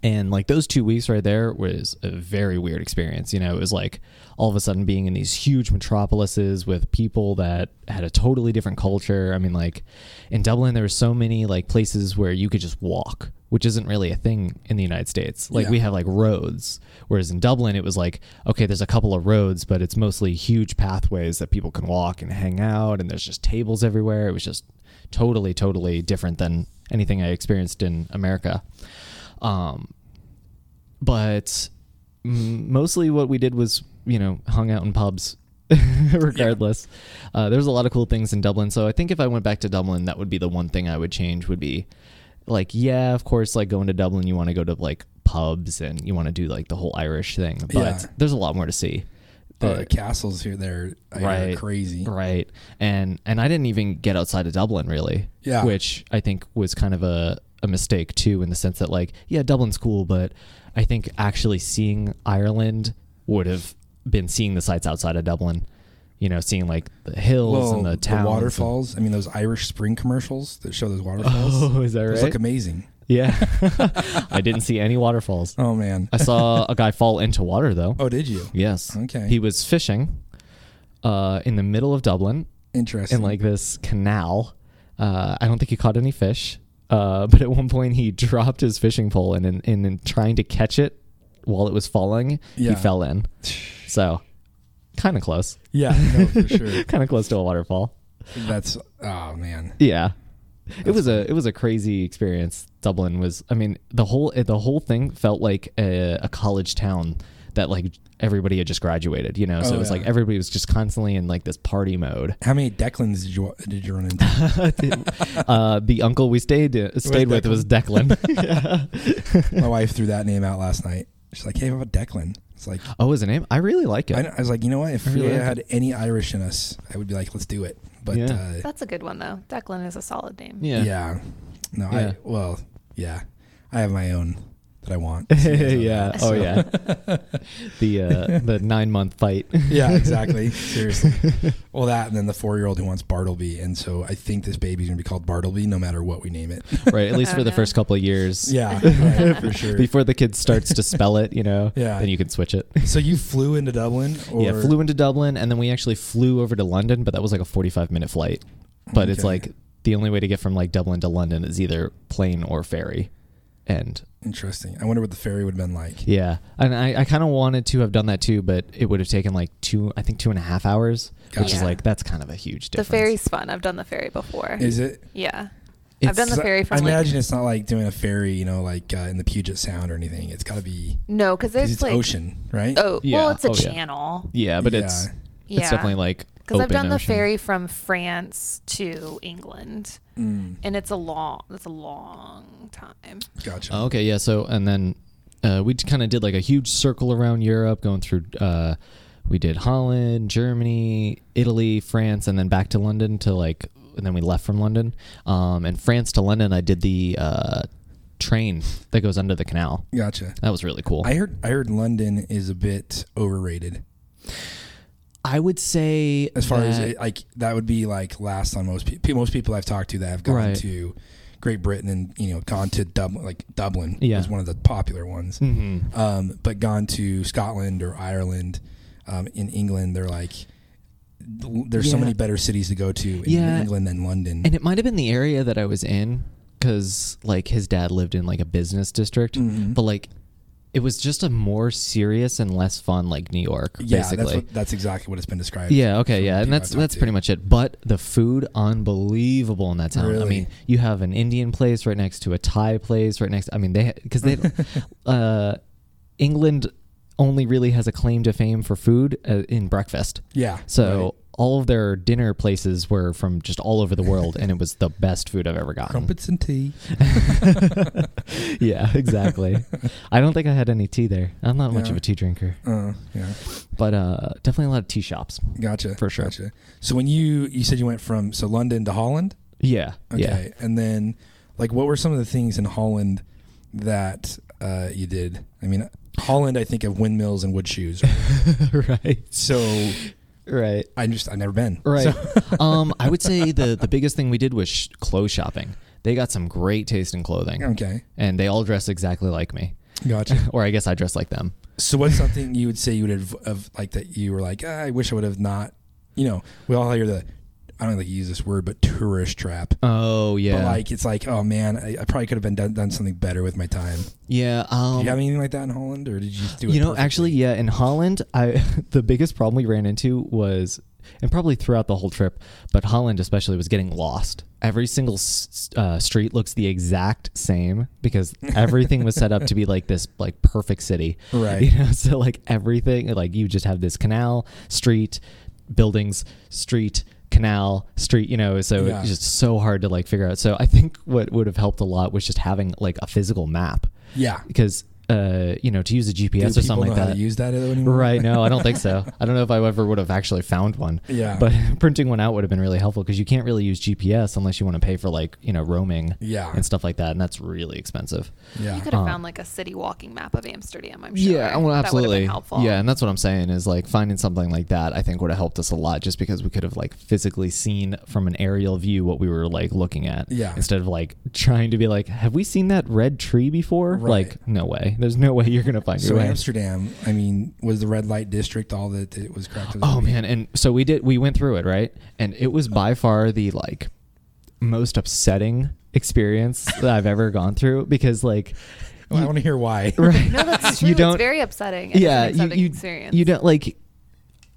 C: and like those two weeks right there was a very weird experience you know it was like all of a sudden being in these huge metropolises with people that had a totally different culture i mean like in dublin there were so many like places where you could just walk which isn't really a thing in the united states like
B: Yeah.
C: we have like roads whereas in dublin it was like okay there's a couple of roads but it's mostly huge pathways that people can walk and hang out and there's just tables everywhere it was just totally totally different than anything i experienced in america um, but m- mostly what we did was, you know, hung out in pubs. regardless uh, there's a lot of cool things in dublin so i think if i went back to dublin that would be the one thing i would change would be like yeah of course like going to dublin you want to go to like pubs and you want to do like the whole irish thing but
B: Yeah. Oh,
C: there's a lot more to see
B: the castles here, they're I hear, are
C: Right.
B: crazy.
C: Right. And and I didn't even get outside of Dublin really.
B: Yeah.
C: Which I think was kind of a, a mistake too, in the sense that like, yeah, Dublin's cool, but I think actually seeing Ireland would have been seeing the sights outside of Dublin. You know, seeing like the hills
B: Well,
C: and the
B: the,
C: towns. and-
B: waterfalls. I mean, those Irish spring commercials that show those waterfalls.
C: Oh, is that
B: Those
C: right?
B: look amazing.
C: yeah. I didn't see any waterfalls.
B: Oh man.
C: I saw a guy fall into water though.
B: Oh, did you?
C: Yes.
B: Okay.
C: He was fishing uh, in the middle of Dublin
B: Interesting.
C: in like this canal. Uh, I don't think he caught any fish, uh, but at one point he dropped his fishing pole and in, in, in trying to catch it while it was falling, he
B: Yeah.
C: fell in. So, kind of close,
B: yeah, no, for sure.
C: kind of close to a waterfall.
B: That's oh man.
C: Yeah, it was a it was a crazy experience. Dublin was, I mean, the whole the whole thing felt like a, a college town that like everybody had just graduated, you know. So
B: Oh,
C: it was
B: yeah.
C: like everybody was just constantly in like this party mode.
B: How many Declans did you did you run into?
C: uh, the uncle we stayed uh, stayed with was Declan.
B: My wife threw that name out last night. She's like, "Hey, what about Declan?" It's like
C: oh, is the name? I really like it.
B: I, I was like, you know what? If we
C: really like
B: had any Irish in us, I would be like, "Let's do it." But
C: Yeah.
B: uh,
D: That's a good one though. Declan is a solid name.
C: yeah.
B: Yeah. No,
C: Yeah.
B: I well, yeah. I have my own that I want.
C: yeah. Oh yeah. the uh, the nine month fight.
B: yeah, exactly. Seriously. Well, that and then the four year old who wants Bartleby, and so I think this baby's gonna be called Bartleby no matter what we name it.
C: right. At least
D: Oh,
C: for the
D: no.
C: first couple of years.
B: Yeah, right, for sure.
C: Before the kid starts to spell it, you know.
B: Yeah.
C: Then you can switch it.
B: So you flew into Dublin, or
C: yeah. Flew into Dublin, and then we actually flew over to London, but that was like a forty five minute flight. But it's
B: Okay.
C: like the only way to get from like Dublin to London is either plane or ferry. end.
B: Interesting. I wonder what the ferry would have been like.
C: Yeah, and I, I kind of wanted to have done that too, but it would have taken like two, I think two and a half hours, which is
D: Gotcha.
C: like that's kind of a huge
D: The
C: difference.
D: ferry's fun. I've done the ferry before.
B: Is it?
D: yeah.
C: It's-
D: I've done the ferry
B: I
D: from like,
B: imagine it's not like doing a ferry, you know, like uh, in the Puget Sound or anything. It's got to be
D: no, because
B: 'cause
D: there's
B: it's
D: like
B: ocean, right?
D: oh well,
C: Yeah.
D: it's a
C: Oh, yeah.
D: channel.
C: Yeah, but it's
B: Yeah.
D: Yeah,
C: it's definitely like
D: because I've
C: open
D: done the
C: ocean.
D: ferry from France to England,
B: Mm,
D: and it's a long. That's a long time.
B: gotcha.
C: Oh, okay, yeah. So and then uh, we kind of did like a huge circle around Europe, going through. Uh, we did Holland, Germany, Italy, France, and then back to London to like, and then we left from London. Um, and France to London, I did the uh, train that goes under the canal.
B: Gotcha.
C: That was really cool.
B: I heard. I heard London is a bit overrated
C: I would say
B: as far as
C: that-
B: it, like that would be like last on most people. Most people I've talked to that have gone
C: Right.
B: to Great Britain and you know gone to Dublin, like Dublin
C: Yeah.
B: is one of the popular ones.
C: Mhm.
B: um, but gone to Scotland or Ireland. Um, in England, they're like, there's so
C: Yeah.
B: many better cities to go to in
C: Yeah.
B: England than London.
C: and it might have been the area that I was in because like his dad lived in like a business district,
B: Mhm.
C: but like it was just a more serious and less fun like New York,
B: yeah,
C: basically.
B: that's what, that's exactly what it's been described.
C: yeah. Okay.
B: from
C: Yeah, and
B: people
C: that's
B: I've talked
C: that's
B: to.
C: pretty much it. But the food, unbelievable in that town. I
B: Really?
C: mean, you have an Indian place right next to a Thai place right next. I mean, they because they uh, England only really has a claim to fame for food uh, in breakfast.
B: Yeah.
C: So
B: right.
C: all of their dinner places were from just all over the world, and it was the best food I've ever gotten.
B: crumpets and tea.
C: yeah, exactly. I don't think I had any tea there. I'm not much
B: Yeah.
C: of a tea drinker,
B: Uh, yeah.
C: but uh, definitely a lot of tea shops.
B: Gotcha.
C: For sure.
B: Gotcha. So when you you said you went from so London to Holland.
C: Yeah, yeah.
B: Okay. And then, like, what were some of the things in Holland that uh, you did? I mean, Holland, I think of windmills and wood shoes. right?
C: right,
B: so
C: right,
B: I just I've never been.
C: right.
B: So-
C: um, I would say the the biggest thing we did was sh- clothes shopping. They got some great taste in clothing,
B: okay.
C: and they all dress exactly like me,
B: Gotcha.
C: or I guess I dress like them.
B: so what's something you would say you would have of like that you were like "Ah, I wish I would have not. You know, we all hear the I don't like to use this word, but tourist trap.
C: Oh yeah,
B: But like it's like oh man, I, I probably could have been done, done something better with my time.
C: yeah. Um,
B: Do you have anything like that in Holland, or did you just do it?
C: you know
B: perfectly?
C: actually yeah in holland i the biggest problem we ran into was and probably throughout the whole trip but holland especially was getting lost every single s- uh, street looks the exact same because everything was set up to be like this like perfect city
B: Right.
C: you know so like everything like you just have this canal street buildings street canal street you know so
B: Yeah.
C: it's just so hard to like figure out so i think what would have helped a lot was just having like a physical map
B: yeah.
C: because uh, you know to use a
B: Do
C: GPS or
B: people
C: something
B: know
C: like
B: how
C: that.
B: to use that though anymore?
C: right? No, I don't think so. I don't know if I ever would have actually found one.
B: Yeah.
C: But printing one out would have been really helpful because you can't really use GPS unless you want to pay for like you know roaming
B: Yeah.
C: and stuff like that, and that's really expensive.
B: Yeah.
D: You could have
C: Um,
D: found like a city walking map of Amsterdam. I'm sure. That would have been helpful.
C: Yeah, and that's what I'm saying is like finding something like that. I think would have helped us a lot just because we could have like physically seen from an aerial view what we were like looking at.
B: Yeah.
C: Instead of like trying to be like, have we seen that red tree before?
B: Right.
C: Like, no way. There's no way you're gonna find
B: So
C: your way.
B: Amsterdam, I mean, was the red light district all that it was cracked?
C: Oh man, and so we did we went through it, right? And it was by far the like most upsetting experience that I've ever gone through because like
B: I want to hear why.
C: right
D: No, that's true.
C: you don't
D: it's very upsetting. It's
C: yeah
D: an
C: you,
D: upsetting
C: you,
D: experience.
C: you don't like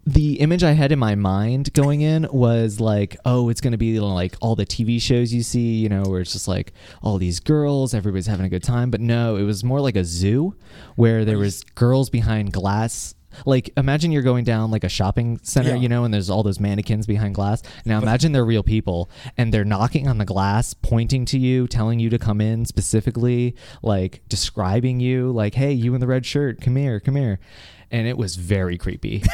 C: the image I had in my mind going in was like, oh, it's going to be like all the TV shows you see, you know, where it's just like all these girls, everybody's having a good time. But no, it was more like a zoo where there was girls behind glass. Like imagine you're going down like a shopping center,
B: Yeah.
C: you know, and there's all those mannequins behind glass. Now imagine they're real people and they're knocking on the glass, pointing to you, telling you to come in specifically, like describing you, like, hey, you in the red shirt, come here, come here. And it was very creepy.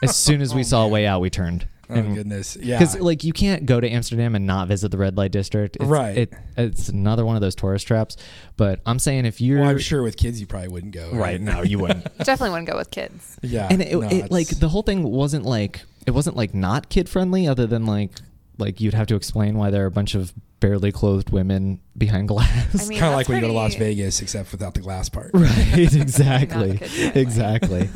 C: As soon as we saw a way out, we turned.
B: Oh goodness. Yeah.
C: Because like you can't go to Amsterdam and not visit the red light district, it's,
B: Right.
C: It, it's another one of those tourist traps. But I'm saying if you're
B: Well, I'm sure with kids you probably wouldn't go.
C: right now, you wouldn't.
D: Definitely wouldn't go with kids.
B: Yeah.
C: and it,
B: no,
C: it like
B: it's-
C: the whole thing wasn't like it wasn't like not kid friendly, other than like like you'd have to explain why there are a bunch of barely clothed women behind glass.
D: I mean,
B: kind of
D: that's
B: like when you go to Las
D: pretty-
B: Vegas, except without the glass part.
C: Right, exactly,
D: kid-friendly.
C: exactly.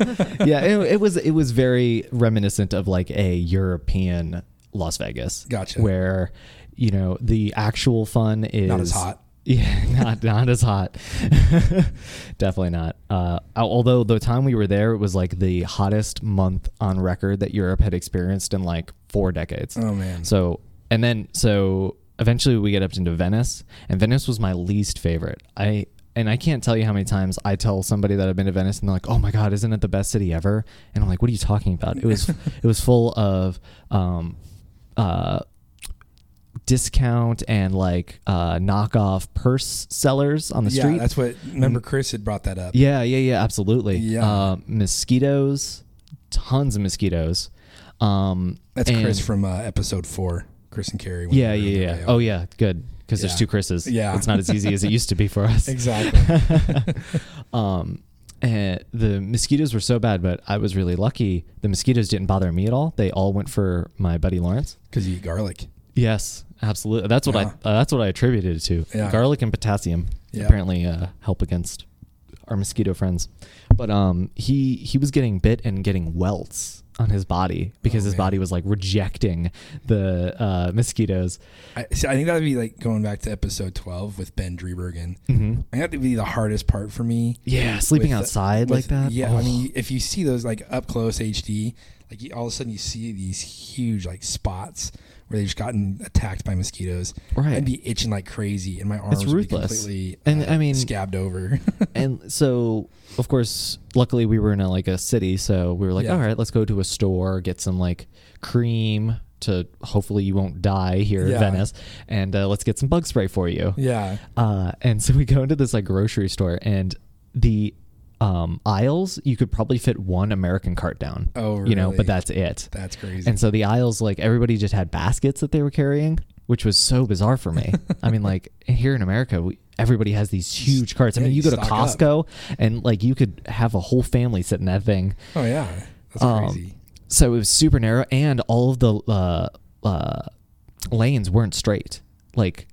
C: yeah, it, it was it was very reminiscent of like a European Las Vegas,
B: Gotcha.
C: where you know the actual fun is
B: Not as hot.
C: Yeah, not not as hot. Definitely not. Uh, al- although the time we were there, it was like the hottest month on record that Europe had experienced in like four decades.
B: Oh, man.
C: So and then so eventually we get up into Venice, and Venice was my least favorite. I and I can't tell you how many times I tell somebody that I've been to Venice, and they're like, "Oh my God, isn't it the best city ever?" And I'm like, "What are you talking about?" It was it was full of. Um, uh, discount and like uh, knockoff purse sellers on the
B: yeah,
C: street. Mm-hmm.
B: that's what. Remember, Chris had brought that up.
C: yeah, yeah, yeah, absolutely.
B: Yeah.
C: Uh, mosquitoes, tons of mosquitoes. Um,
B: That's
C: and-
B: Chris from uh, episode four. Chris and Carrie. when
C: Yeah,
B: they were
C: yeah,
B: in
C: yeah.
B: the Mayo.
C: Oh, yeah, good. Because
B: Yeah.
C: there's two Chris's.
B: Yeah.
C: It's not as easy as it used to be for us.
B: Exactly.
C: um, and the mosquitoes were so bad, but I was really lucky. The mosquitoes didn't bother me at all. They all went for my buddy Lawrence.
B: Because you eat garlic.
C: Yes, absolutely. That's what
B: Yeah.
C: I uh, that's what I attributed it to.
B: Yeah.
C: Garlic and potassium
B: Yeah.
C: apparently uh, help against our mosquito friends. But um, he he was getting bit and getting welts on his body because
B: Oh,
C: his
B: man.
C: body was like rejecting the uh, mosquitoes.
B: I, see, I think that would be like going back to episode 12 with Ben Drebergen.
C: hmm
B: I think that would be the hardest part for me.
C: Yeah, sleeping
B: with the-
C: outside like
B: with-
C: that.
B: Yeah,
C: Oh,
B: I mean, if you see those like up close HD, like you, all of a sudden you see these huge like spots where they just gotten attacked by mosquitoes.
C: Right.
B: I'd be itching like crazy, and my arms
C: ruthless.
B: would be completely uh,
C: And, I mean-
B: scabbed over.
C: and so of course luckily we were in a, like a city so we were like
B: Yeah.
C: all right let's go to a store get some like cream to hopefully you won't die here
B: Yeah.
C: in venice and uh, let's get some bug spray for you
B: yeah,
C: uh, and so we go into this like grocery store and the um, aisles you could probably fit one american cart down
B: Oh,
C: you know
B: really?
C: but that's it
B: that's crazy.
C: and so the aisles, like everybody just had baskets that they were carrying, which was so bizarre for me. I mean, like here in America, we, everybody has these huge carts. I
B: Yeah,
C: mean,
B: you
C: you go to
B: stock up.
C: Costco and like you could have a whole family sit in that thing.
B: oh yeah, that's
C: Um,
B: crazy.
C: So it was super narrow, and all of the uh, uh, lanes weren't straight. Like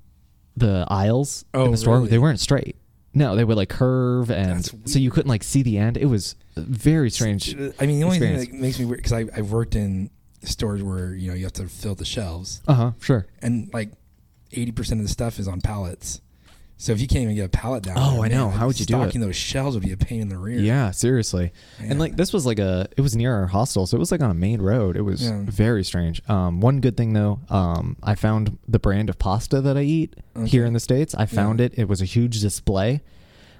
C: the aisles
B: Oh,
C: in the store,
B: really?
C: they weren't straight. No, they would like curve, and
B: That's
C: so you couldn't like see the end. It was very strange.
B: I mean, the only
C: experience.
B: thing that makes me weird because I I've worked in stores where you know you have to fill the shelves,
C: Uh huh. Sure.
B: and like eighty percent of the stuff is on pallets. So if you can't even get a pallet down,
C: Oh,
B: there,
C: I know.
B: like,
C: How would you do it?
B: Stocking those shelves would be a pain in the rear.
C: Yeah, seriously.
B: Yeah.
C: And like this was like a it was near our hostel, so it was like on a main road. It was
B: Yeah.
C: very strange. Um, one good thing though, um, I found the brand of pasta that I eat here in the states. I found it. It was a huge display.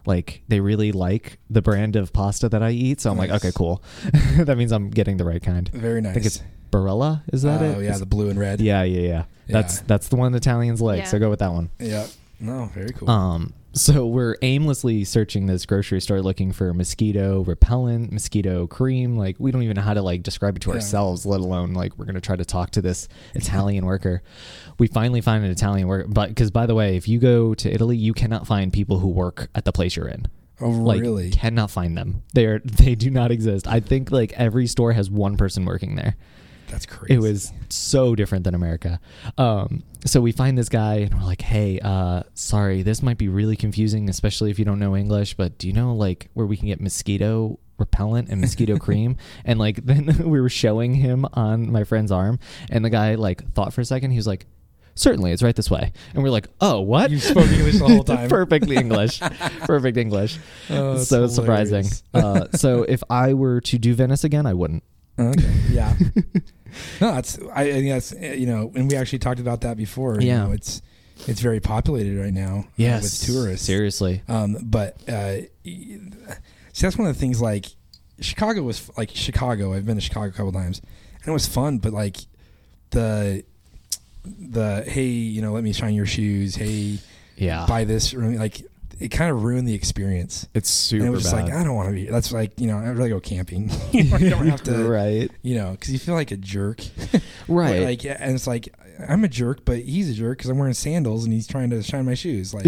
C: Like they really like the brand of pasta that I eat, so I'm
B: Nice.
C: like, okay, cool. that means I'm getting the right kind.
B: Very nice.
C: I think it's Barella. Is that it?
B: Oh yeah,
C: Is-
B: the blue and red.
C: yeah, yeah, yeah. That's
B: Yeah.
C: that's the one Italians like.
D: Yeah.
C: So go with that one.
B: Yeah. No, very cool.
C: Um, so we're aimlessly searching this grocery store looking for mosquito repellent, mosquito cream. Like we don't even know how to like describe it to
B: Yeah.
C: ourselves, let alone like we're gonna try to talk to this Italian worker. We finally find an Italian worker, but because by the way, if you go to Italy, you cannot find people who work at the place you're in.
B: oh,
C: Like
B: really?
C: cannot find them. They are they do not exist. I think like every store has one person working there.
B: That's crazy.
C: It was so different than America. Um, so we find this guy and we're like, hey, uh, sorry, this might be really confusing, especially if you don't know English, but do you know like where we can get mosquito repellent and mosquito cream? And like then we were showing him on my friend's arm and the guy like thought for a second, he was like, Certainly, it's right this way. And we're like, oh, what?
B: You spoke English the whole time.
C: Perfect English. Perfect English.
B: Oh, that's
C: so surprising.
B: hilarious.
C: Uh, so if I were to do Venice again, I wouldn't.
B: Okay. Yeah. no, that's. I, I think that's. uh, You know, and we actually talked about that before. you
C: Yeah.
B: know, it's it's very populated right now. uh, With tourists.
C: Seriously.
B: Um, but uh, see, that's one of the things. Like Chicago was like Chicago. I've been to Chicago a couple times, and it was fun. But like the the hey, you know, let me shine your shoes. Hey,
C: Yeah.
B: buy this. Room. Like it kind of ruined the experience.
C: It's super
B: And it was just like I don't want to be. That's like you know I'd rather go camping. you know, I don't have to.
C: right.
B: You know, because you feel like a jerk,
C: Right.
B: Like, yeah, and it's like I'm a jerk, but he's a jerk because I'm wearing sandals and he's trying to shine my shoes. Like,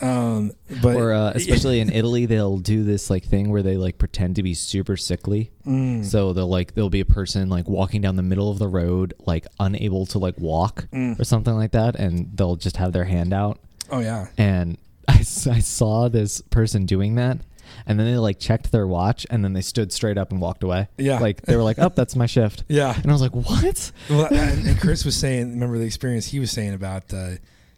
B: um, but
C: or uh, especially in Italy, they'll do this like thing where they like pretend to be super sickly.
B: Mm.
C: So they'll like there'll be a person like walking down the middle of the road, like unable to like walk
B: Mm.
C: or something like that, and they'll just have their hand out.
B: oh yeah,
C: And I, s- I saw this person doing that, and then they like checked their watch, and then they stood straight up and walked away.
B: Yeah.
C: like they were like, "Oh, that's my shift."
B: Yeah.
C: and I was like, "What?"
B: Well, and, and Chris was saying, remember the experience he was saying about, uh,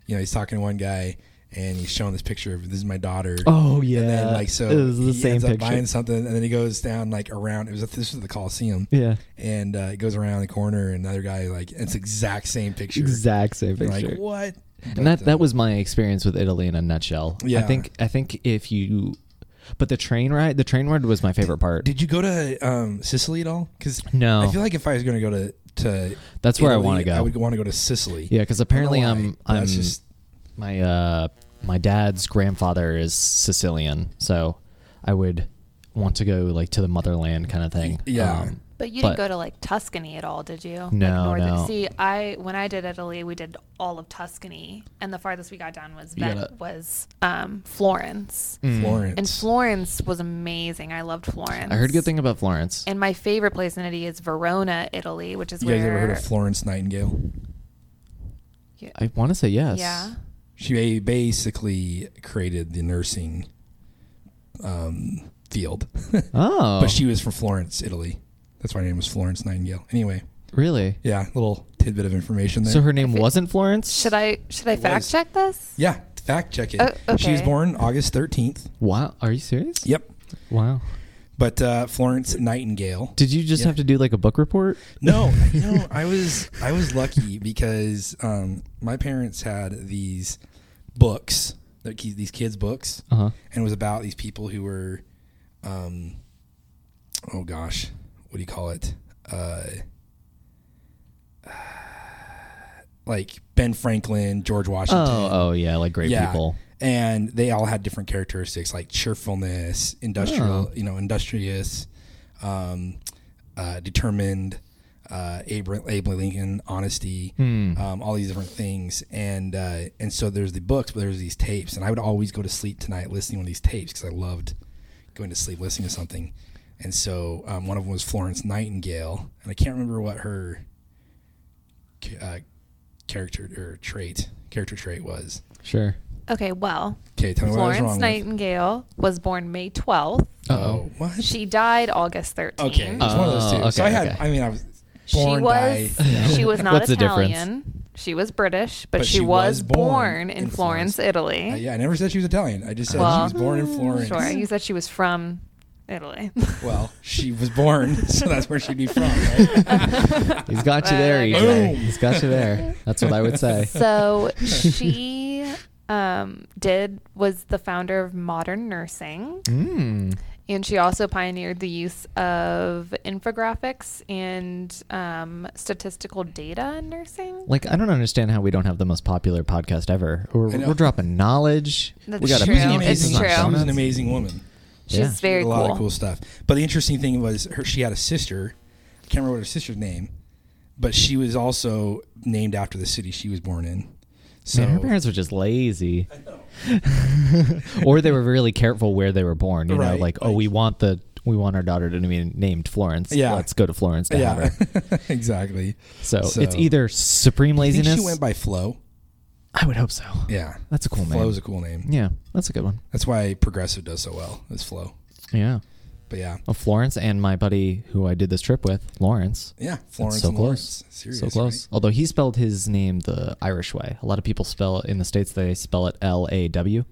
B: you know, he's talking to one guy and he's showing this picture of this is my daughter.
C: Oh yeah,
B: And then like so
C: it was the
B: he
C: same
B: ends up
C: picture.
B: buying something, and then he goes down like around. It was this was the Coliseum,
C: yeah,
B: and uh, he goes around the corner, and another guy like it's the exact same picture.
C: exact same
B: You're
C: picture.
B: Like what? uh,
C: and that that was my experience with Italy in a nutshell. I
B: Yeah.
C: think I think if you, but the train ride, the train ride was my favorite part.
B: Did you go to um, Sicily at all? Because
C: No.
B: I feel like if I was going to go to to
C: That's where I
B: Italy,
C: wanna go.
B: I would want to go to Sicily.
C: yeah, because apparently
B: I don't know
C: I'm
B: why, but
C: I'm
B: that's just-
C: my uh my dad's grandfather is Sicilian, so I would want to go like to the motherland kind of thing. Um,
B: Yeah.
D: But you
C: But-
D: didn't go to like Tuscany at all, did you?
C: No,
D: like
C: no.
D: See, I when I did Italy, we did all of Tuscany, and the farthest we got down was
C: You
D: Ven-
C: gotta-
D: was um, Florence,
B: Florence.
D: Mm. and Florence was amazing. I loved Florence.
C: I heard a good thing about Florence.
D: And my favorite place in Italy is Verona, Italy, which is
B: You
D: where
B: guys ever heard of Florence Nightingale?
C: I want to say yes.
D: yeah,
B: She ba- basically created the nursing um, field,
C: Oh,
B: but she was from Florence, Italy. That's why her name was Florence Nightingale. Anyway,
C: really?
B: yeah, little tidbit of information there.
C: So her name wasn't Florence?
D: should I should I fact
B: was-
D: check this?
B: yeah, fact check it.
D: Oh,
B: She was
D: okay.
B: born August thirteenth.
C: Wow. Are you serious?
B: Yep.
C: Wow.
B: But uh, Florence Nightingale.
C: Did you just
B: Yeah.
C: have to do like a book report?
B: No, you know, I was I was lucky because um, my parents had these books, like, these kids' books,
C: Uh huh.
B: and it was about these people who were, um, oh gosh, what do you call it? Uh, like Ben Franklin, George Washington.
C: Oh, oh yeah, like great
B: Yeah.
C: people.
B: And they all had different characteristics like cheerfulness, industrial, you know, industrious, um, uh, determined, uh, Abraham, Abraham Lincoln, honesty,
C: Hmm. Uh,
B: um, all these different things. And uh, and so there's the books, but there's these tapes. And I would always go to sleep tonight listening to one of these tapes because I loved going to sleep listening to something. And so um, one of them was Florence Nightingale, and I can't remember what her ca- uh, character or trait character trait was.
C: Sure.
D: Okay, well,
B: Okay, tell me what I was
D: Florence
B: wrong with.
D: Nightingale was born May twelfth.
B: Oh, what?
D: She died August thirteenth.
B: Okay, it's one of those two.
C: Oh,
B: so
C: okay,
B: I had,
C: okay.
B: I mean, I was
D: She
B: born
D: was
B: by.
D: she was not
C: What's the difference?
D: Italian. She was British, but, she, was born, in Florence, Italy.
B: Uh, yeah, I never said she was Italian. I just said
D: Well, mm,
B: she was born in Florence.
D: Sure, you said she was from Italy.
B: Well, she was born, so that's where she'd be from. Right?
C: He's got you there, E
D: Boom.
C: EJ. He's got you there. That's what I would say.
D: so she um, did was the founder of modern nursing,
C: Mm.
D: and she also pioneered the use of infographics and um, statistical data in nursing.
C: Like I don't understand how we don't have the most popular podcast ever. We're,
B: I know.
C: we're dropping knowledge.
D: That's
C: we got
D: true.
B: She
C: a
B: was an
C: million
D: It's
C: pieces
B: amazing,
C: on
D: true.
B: She was an
C: comments.
B: amazing woman.
D: She's
C: Yeah.
D: very
B: a
D: cool.
B: lot of cool stuff. But the interesting thing was, her, she had a sister. I can't remember what her sister's name, but she was also named after the city she was born in. So
C: Man, her parents were just lazy. or they were really careful where they were born. You know,
B: Right,
C: like, oh,
B: like-
C: we want the we want our daughter to be named Florence.
B: Yeah.
C: let's go to Florence to have
B: yeah,
C: her.
B: exactly.
C: So,
B: So-
C: it's either supreme
B: I think
C: laziness.
B: she went by Flo.
C: I would hope so.
B: Yeah,
C: That's a cool name.
B: Flo's a cool name.
C: Yeah, that's a good one.
B: That's why Progressive does so well. Is Flo.
C: Yeah,
B: But yeah,
C: well, Florence and my buddy who I did this trip with, Lawrence.
B: yeah, Florence
C: so
B: and
C: close.
B: Lawrence. Serious,
C: so close. Although he spelled his name the Irish way. A lot of people spell in the states they spell it L A W.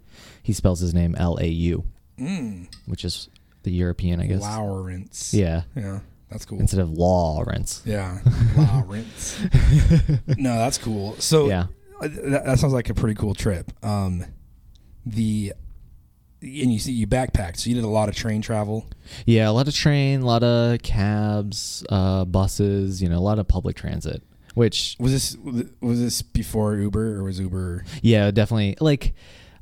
C: He spells his name L A U,
B: right? Mm,
C: which is the European, I guess.
B: Lawrence.
C: Yeah.
B: yeah, that's cool.
C: Instead of Lawrence.
B: Yeah, Lawrence. no, that's cool. So
C: Yeah.
B: uh, that, that sounds like a pretty cool trip. Um, the and you see you backpacked, so you did a lot of train travel.
C: Yeah, a lot of train, a lot of cabs, uh, buses, you know, a lot of public transit. Which
B: Was this was this before Uber or was Uber?
C: yeah, definitely like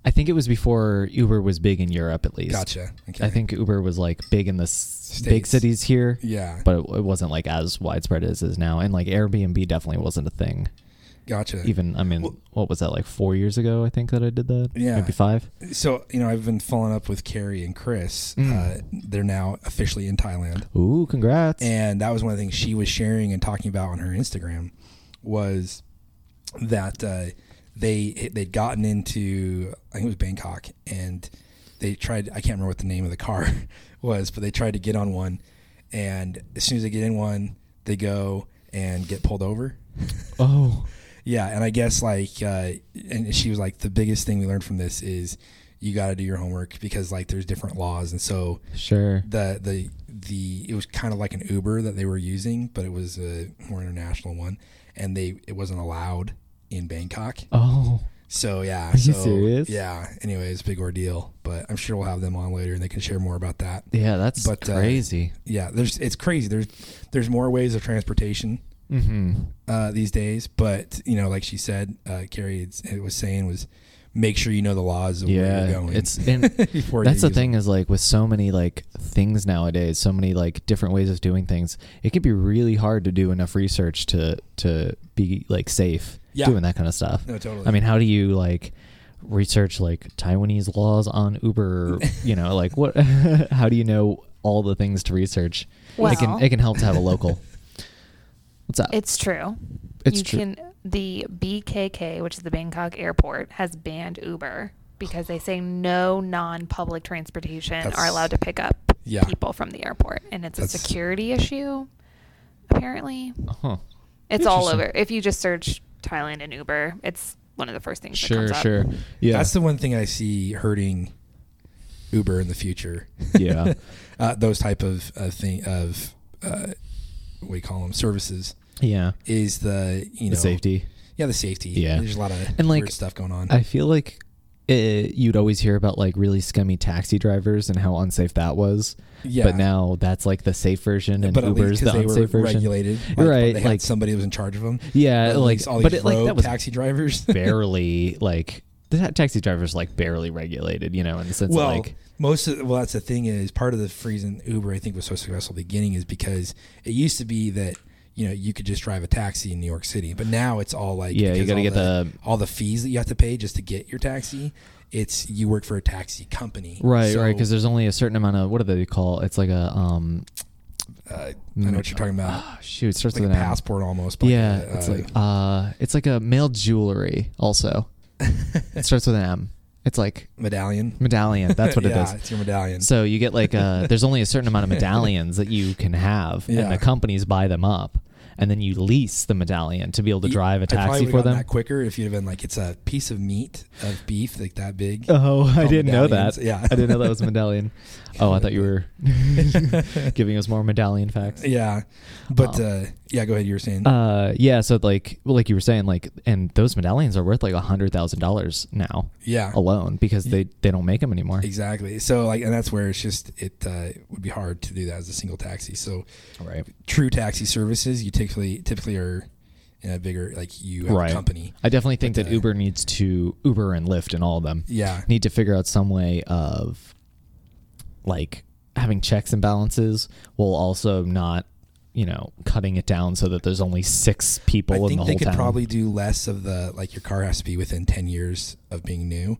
C: I think it was before Uber was big in Europe at least.
B: Gotcha. Okay.
C: I think Uber was like big in the s- big
B: States.
C: cities here.
B: Yeah.
C: but it, it wasn't like as widespread as it is now. And like Airbnb definitely wasn't a thing.
B: Gotcha.
C: Even I mean,
B: Well-
C: what was that like four years ago? I think that I did that.
B: Yeah.
C: maybe five.
B: So you know I've been following up with Carrie and Chris.
C: Mm.
B: Uh, they're now officially in Thailand.
C: Ooh, congrats!
B: and that was one of the things she was sharing and talking about on her Instagram was that uh, they they'd gotten into I think it was Bangkok and they tried I can't remember what the name of the car was but they tried to get on one and as soon as they get in one they go and get pulled over
C: oh,
B: Yeah, and I guess like, uh, and she was like, the biggest thing we learned from this is you got to do your homework because like there's different laws, and so
C: Sure.
B: the the the it was kind of like an Uber that they were using, but it was a more international one, and they it wasn't allowed in Bangkok.
C: Oh,
B: So yeah,
C: Are
B: so,
C: you serious?
B: Yeah. Anyways, big ordeal, but I'm sure we'll have them on later and they can share more about that.
C: yeah, that's
B: But, uh,
C: crazy.
B: Yeah, there's it's crazy. There's there's more ways of transportation
C: mm-hmm.
B: uh, these days, but you know, like she said, uh, Carrie it's- it was saying was make sure you know the laws of where you're
C: Yeah,
B: going.
C: it's and
B: before
C: that's
B: you
C: the
B: use
C: thing
B: them.
C: is like with so many like things nowadays, so many like different ways of doing things. It can be really hard to do enough research to to be like safe
B: Yeah.
C: doing that kind of stuff.
B: No, totally.
C: I mean, how do you like research like Taiwanese laws on Uber? or, you know, like what? how do you know all the things to research? it
D: Well-
C: can it can help to have a local. What's up?
D: It's true.
C: It's
D: you
C: true.
D: Can, the BKK, which is the Bangkok airport, has banned Uber because they say no non-public transportation are
B: That's-
D: allowed to pick up
B: Yeah.
D: people from the airport, and it's a
B: That's-
D: security issue. Apparently,
C: huh.
D: it's all
C: Interesting.
D: over. If you just search Thailand and Uber, it's one of the first things.
C: Sure,
D: that comes
C: sure.
D: Up.
C: Yeah.
B: that's the one thing I see hurting Uber in the future.
C: Yeah.
B: uh, those type of uh, thing of uh, what do you call them services
C: yeah.
B: is the you know
C: the safety.
B: Yeah, the safety.
C: Yeah.
B: there's a lot of
C: And, like,
B: weird stuff going on.
C: I feel like uh you'd always hear about like really scummy taxi drivers and how unsafe that was.
B: yeah,
C: But now that's like the safe version and
B: but at
C: Uber's
B: least
C: the
B: because they were
C: unsafe version.
B: regulated,
C: You're
B: like,
C: right,
B: They had
C: like-
B: somebody who was in charge of them.
C: Yeah,
B: But at
C: like-
B: least all
C: but
B: these
C: it, like, that
B: rogue
C: was
B: taxi drivers.
C: barely like the taxi drivers like barely regulated, you know, in the sense
B: well,
C: of like
B: most of well, that's the thing is part of the reason Uber I think was so successful at the beginning is because it used to be that you know you could just drive a taxi in New York City, but now it's all like
C: Yeah, you
B: because
C: gotta
B: all
C: get the-
B: all the fees that you have to pay just to get your taxi. It's you work for a taxi company,
C: right,
B: So,
C: right, because there's only a certain amount of what do they call? It's like a um,
B: uh, I know what you're talking about.
C: oh, shoot, it starts
B: It's like
C: with
B: a
C: an M.
B: passport almost. but
C: Yeah,
B: uh,
C: it's like uh, it's like a male jewelry. Also, it starts with an M. It's like
B: medallion.
C: medallion. That's what
B: yeah,
C: it is.
B: It's your medallion.
C: So you get like uh there's only a certain amount of medallions that you can have,
B: Yeah.
C: and the companies buy them up, and then you lease the medallion to be able to
B: You-
C: drive a
B: I probably
C: taxi
B: would've
C: for
B: gotten
C: them.
B: That quicker if you'd have been like, it's a piece of meat of beef like that big.
C: Oh, I
B: Called
C: didn't
B: medallions.
C: know that.
B: Yeah,
C: I didn't know that was a medallion. Oh, I thought you were giving us more medallion facts.
B: yeah, but
C: Um,
B: uh, yeah, go ahead. You were saying
C: Uh, yeah. So like, well, like you were saying, like, and those medallions are worth like a hundred thousand dollars now
B: yeah,
C: alone because they they don't make them anymore.
B: exactly. So like, and that's where it's just it uh, would be hard to do that as a single taxi. So
C: Right.
B: true taxi services, you typically typically are in a bigger like you have
C: Right.
B: a company.
C: I definitely think
B: But,
C: that
B: uh,
C: Uber needs to Uber and Lyft and all of them
B: Yeah,
C: need to figure out some way of like having checks and balances while also not you know cutting it down so that there's only six people
B: I
C: in the
B: think
C: whole
B: they could
C: town.
B: probably do less of the like your car has to be within ten years of being new.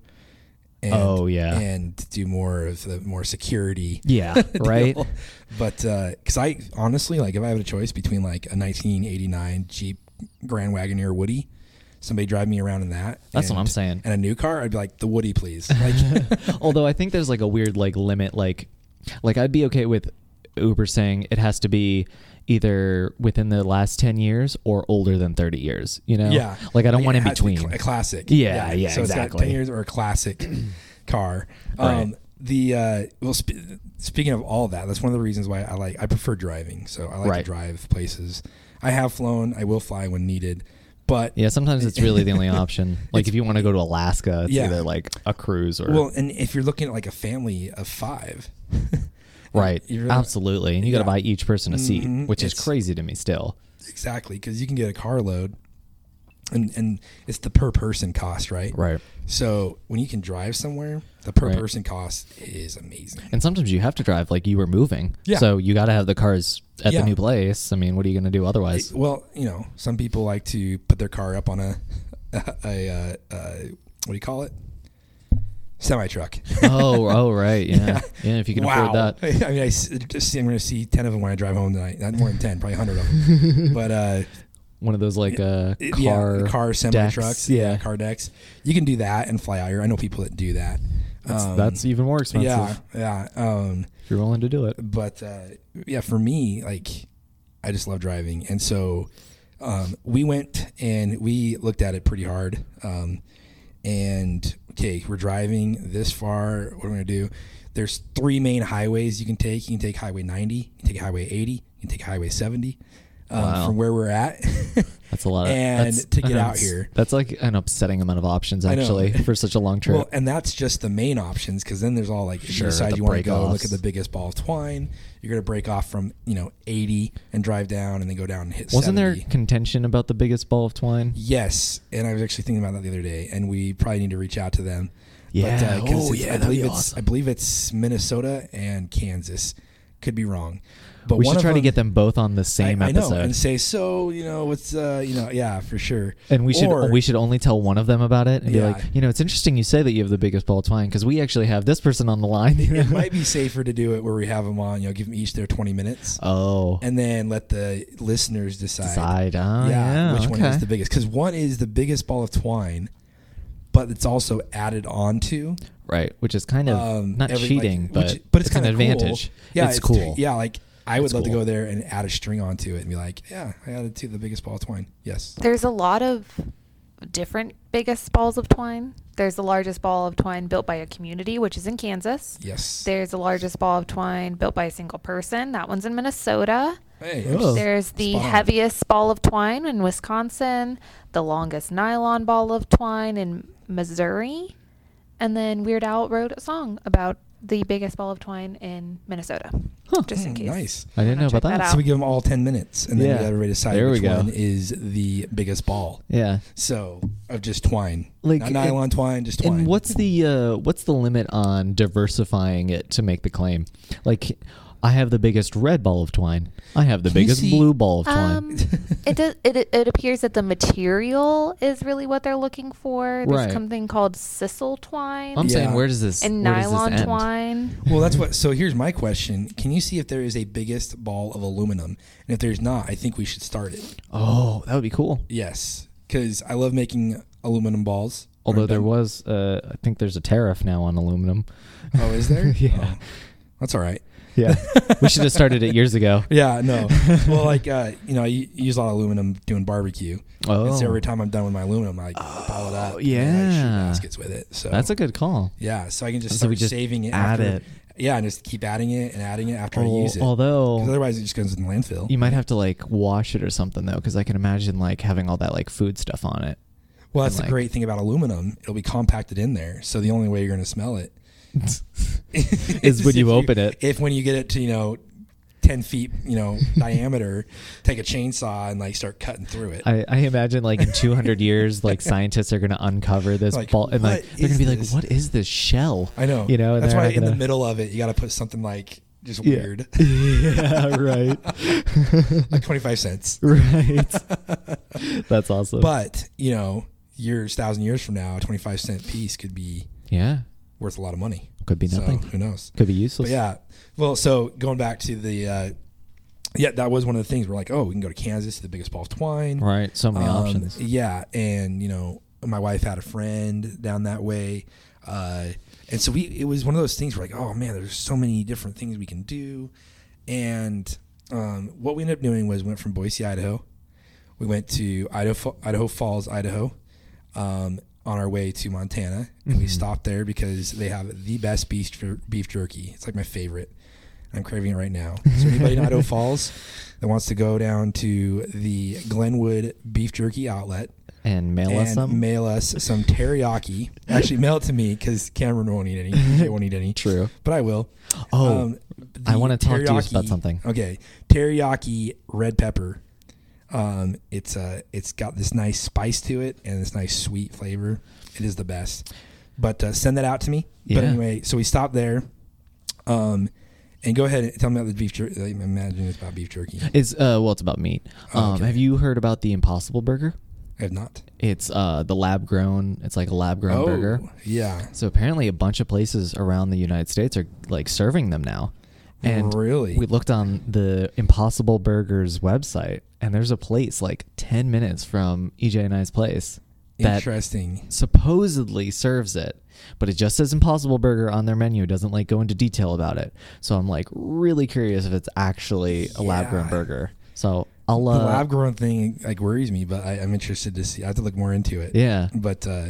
B: And,
C: Oh, yeah.
B: and do more of the more security
C: yeah. Right.
B: deal. But because I honestly like, if I had a choice between like a 1989 Jeep Grand Wagoneer Woody, somebody drive me around in that.
C: That's what
B: and-
C: I'm saying.
B: And a new car, I'd be like the Woody, please. Like,
C: Although I think there's like a weird like limit like like I'd be okay with Uber saying it has to be either within the last 10 years or older than 30 years, you know?
B: yeah,
C: Like I don't want
B: it
C: in
B: has to be
C: between.
B: cl- A classic.
C: Yeah, yeah,
B: so It's got
C: exactly.
B: Ten years or a classic car. Um,
C: Right.
B: the uh, well, sp- speaking of all that, that's one of the reasons why I like I prefer driving. So I like to
C: Right.
B: drive places. I have flown. I will fly when needed. But
C: yeah, sometimes it's really the only option. Like if you want to go to Alaska, it's
B: Yeah.
C: either like a cruise or
B: Well, and if you're looking at like a family of five,
C: right.
B: you're-
C: Absolutely. And you got to
B: yeah.
C: buy each person a seat,
B: Mhm.
C: which is
B: It's-
C: crazy to me still.
B: exactly, because you can get a carload, and and it's the per person cost, right?
C: Right.
B: So when you can drive somewhere, the per
C: Right.
B: person cost is amazing.
C: And sometimes you have to drive like you were moving.
B: Yeah.
C: So you got to have the cars at
B: Yeah.
C: the new place. I mean, what are you going to do otherwise?
B: Well, you know, some people like to put their car up on a a, a, uh uh what do you call it? Semi truck.
C: oh, oh, right. Yeah. yeah. if you can afford that.
B: I mean, I s- just, I'm going to see 10 of them when I drive home tonight. Not more than 10, probably 100 of them. but uh,
C: one of those like uh,
B: It-
C: car
B: yeah, car semi
C: decks.
B: trucks,
C: Yeah,
B: yeah, car decks. You can do that and fly out here. I know people that do that.
C: that's,
B: Um,
C: that's even more expensive
B: yeah, yeah. Um,
C: if you're willing to do it.
B: but uh, yeah, for me, like I just love driving, and so Um, we went and we looked at it pretty hard. Um, and okay, we're driving this far. What are we gonna do? There's three main highways you can take. You can take Highway 90, you can take Highway 80, you can take Highway 70. Um,
C: Wow.
B: From where we're at,
C: That's a lot. Of,
B: And
C: that's-
B: to get out
C: that's-
B: here.
C: that's like an upsetting amount of options
B: I know.
C: actually for such a long trip.
B: Well, and that's just the main options because then there's all like if
C: Sure,
B: you decide
C: the
B: you want to go
C: break-offs.
B: look at the biggest ball of twine. You're gonna break off from you know 80 and drive down and then go down and hit.
C: Wasn't
B: 70.
C: there contention about the biggest ball of twine?
B: Yes, and I was actually thinking about that the other day, and we probably need to reach out to them. uh,
C: Yeah.
B: 'cause
C: Oh,
B: it's-
C: yeah,
B: I
C: that'd be
B: believe it's
C: awesome.
B: I believe it's Minnesota and Kansas. Could be wrong, but
C: we
B: one
C: should
B: of
C: try to
B: them-
C: get them both on the
B: I,
C: same
B: I know
C: episode.
B: and say so. You know what's uh you know yeah for sure.
C: And we should
B: Or-
C: we should only tell one of them about it and
B: Yeah.
C: be like, you know, it's interesting you say that you have the biggest ball of twine because we actually have this person on the line.
B: it might be safer to do it where we have them on. You know, give them each their 20 minutes.
C: oh,
B: and then let the listeners decide.
C: side. Oh, yeah,
B: which one
C: okay.
B: is the biggest? Because one is the biggest ball of twine, but it's also added onto
C: right? Which is kind of
B: um,
C: not
B: every- like,
C: cheating,
B: which-
C: but it's an
B: kinda cool.
C: advantage.
B: Yeah,
C: it's, cool.
B: yeah, like I would
C: It's
B: love to
C: cool.
B: go there and add a string onto it and be like, yeah, I added to the biggest ball of twine. Yes,
D: There's a lot of different biggest balls of twine. There's the largest ball of twine built by a community, which is in Kansas.
B: yes.
D: There's the largest ball of twine built by a single person. That one's in Minnesota.
B: Hey,
C: Oh.
D: There's the
B: Spot on.
D: heaviest ball of twine in Wisconsin, the longest nylon ball of twine in Missouri, and then Weird Al wrote a song about the biggest ball of twine in Minnesota.
C: Huh.
D: Just in
B: Mm,
D: case.
B: nice.
C: I didn't
D: wanna
C: know about
D: check
C: that.
B: So we
D: out.
B: give them all 10 minutes and then
C: Yeah.
B: we everybody decide
C: There we
B: which
C: go.
B: one is the biggest ball.
C: Yeah.
B: So of just twine,
C: Like,
B: not nylon twine, just twine.
C: And what's the uh, what's the limit on diversifying it to make the claim? Like, I have the biggest red ball of twine. I have the
B: Can you
C: biggest
B: see-
C: blue ball of twine.
D: Um, it, does, it it appears that the material is really what they're looking for. There's
C: Right.
D: something called sisal twine
C: I'm
B: Yeah.
C: saying, where does this
D: and
C: where does this
D: nylon
C: end?
D: twine.
B: Well, that's what. So here's my question: Can you see if there is a biggest ball of aluminum? And if there's not, I think we should start it.
C: Oh, that would be cool.
B: Yes, because I love making aluminum balls.
C: Although
B: Or-
C: there was, uh, I think there's a tariff now on aluminum.
B: Oh, is there?
C: Yeah.
B: Oh. that's all right.
C: Yeah, we should have started it years ago.
B: Yeah, no. well, like uh, you know, you you use a lot of aluminum doing barbecue, and so
C: Oh.
B: every time I'm done with my aluminum, I pile it up. and I shoot
C: yeah.
B: baskets with it. So
C: That's a good call.
B: yeah. So I can just
C: So
B: start
C: we just
B: saving it.
C: add
B: after,
C: it.
B: Yeah, and just keep adding it and adding it after I
C: Al-
B: use it. 'Cause
C: Although
B: otherwise, it just goes in the landfill.
C: you might have to like wash it or something though, because I can imagine like having all that like food stuff on it.
B: Well, that's
C: and,
B: the
C: like-
B: great thing about aluminum. It'll be compacted in there. So the only way you're going to smell it
C: Is when
B: if
C: you open it.
B: If when you get it to, you know, 10 feet, you know, diameter, take a chainsaw and like start cutting through it.
C: I, I imagine like in 200 years, like scientists are gonna uncover this
B: Like,
C: ball and like
B: what
C: they're gonna
B: is
C: be like,
B: this?
C: "What is this shell?"
B: I know.
C: You know, and
B: that's
C: they're
B: why
C: not
B: in the
C: gonna-
B: middle of it, you got to put something like just
C: Yeah.
B: weird,
C: yeah, right.
B: like 25 cents.
C: right. That's awesome.
B: But, you know, years, thousand years from now, a 25 cent piece could be
C: yeah,
B: worth a lot of money.
C: could be nothing.
B: So who knows?
C: could be useless.
B: But yeah. Well, so going back to the, uh, yeah, that was one of the things. We're like, oh, we can go to Kansas, the biggest ball of twine.
C: Right. So many
B: Um,
C: options.
B: Yeah, and you know, my wife had a friend down that way, uh, and so we it was one of those things where like, oh man, there's so many different things we can do, and um, what we ended up doing was went from Boise, Idaho, we went to Idaho, Idaho Falls, Idaho, um, on our way to Montana, and we stopped there because they have the best beef jer- beef jerky. It's like my favorite. I'm craving it right now. So anybody in Idaho Falls that wants to go down to the Glenwood Beef Jerky Outlet
C: And mail
B: and
C: us some.
B: mail us some teriyaki, actually mail it to me because Cameron won't eat any. Jay won't eat any.
C: True.
B: but I will.
C: Oh,
B: Um,
C: I
B: the
C: wanna talk to you about
B: teriyaki-
C: something.
B: Okay, teriyaki red pepper. Um, it's uh, it's got this nice spice to it and this nice sweet flavor. It is the best. But uh, send that out to me. But
C: Yeah.
B: anyway, so we stopped there. Um, and go ahead and tell me about the beef jerky. I imagine it's about beef jerky.
C: It's uh well, it's about meat. Um,
B: Oh, Okay.
C: Have you heard about the Impossible Burger?
B: I have not.
C: It's uh the lab grown. It's like a lab
B: Oh.
C: grown burger.
B: yeah.
C: So apparently, a bunch of places around the United States are like serving them now. And
B: Really?
C: we looked on the Impossible Burgers website, and there's a place like ten minutes from EJ and I's place that
B: Interesting.
C: supposedly serves it, but it just says Impossible Burger on their menu. It doesn't like go into detail about it. So I'm like really curious if it's actually a lab grown
B: Yeah.
C: burger. So I'll
B: the
C: uh,
B: lab grown thing like worries me, but I, I'm interested to see. I have to look more into it.
C: yeah.
B: But uh,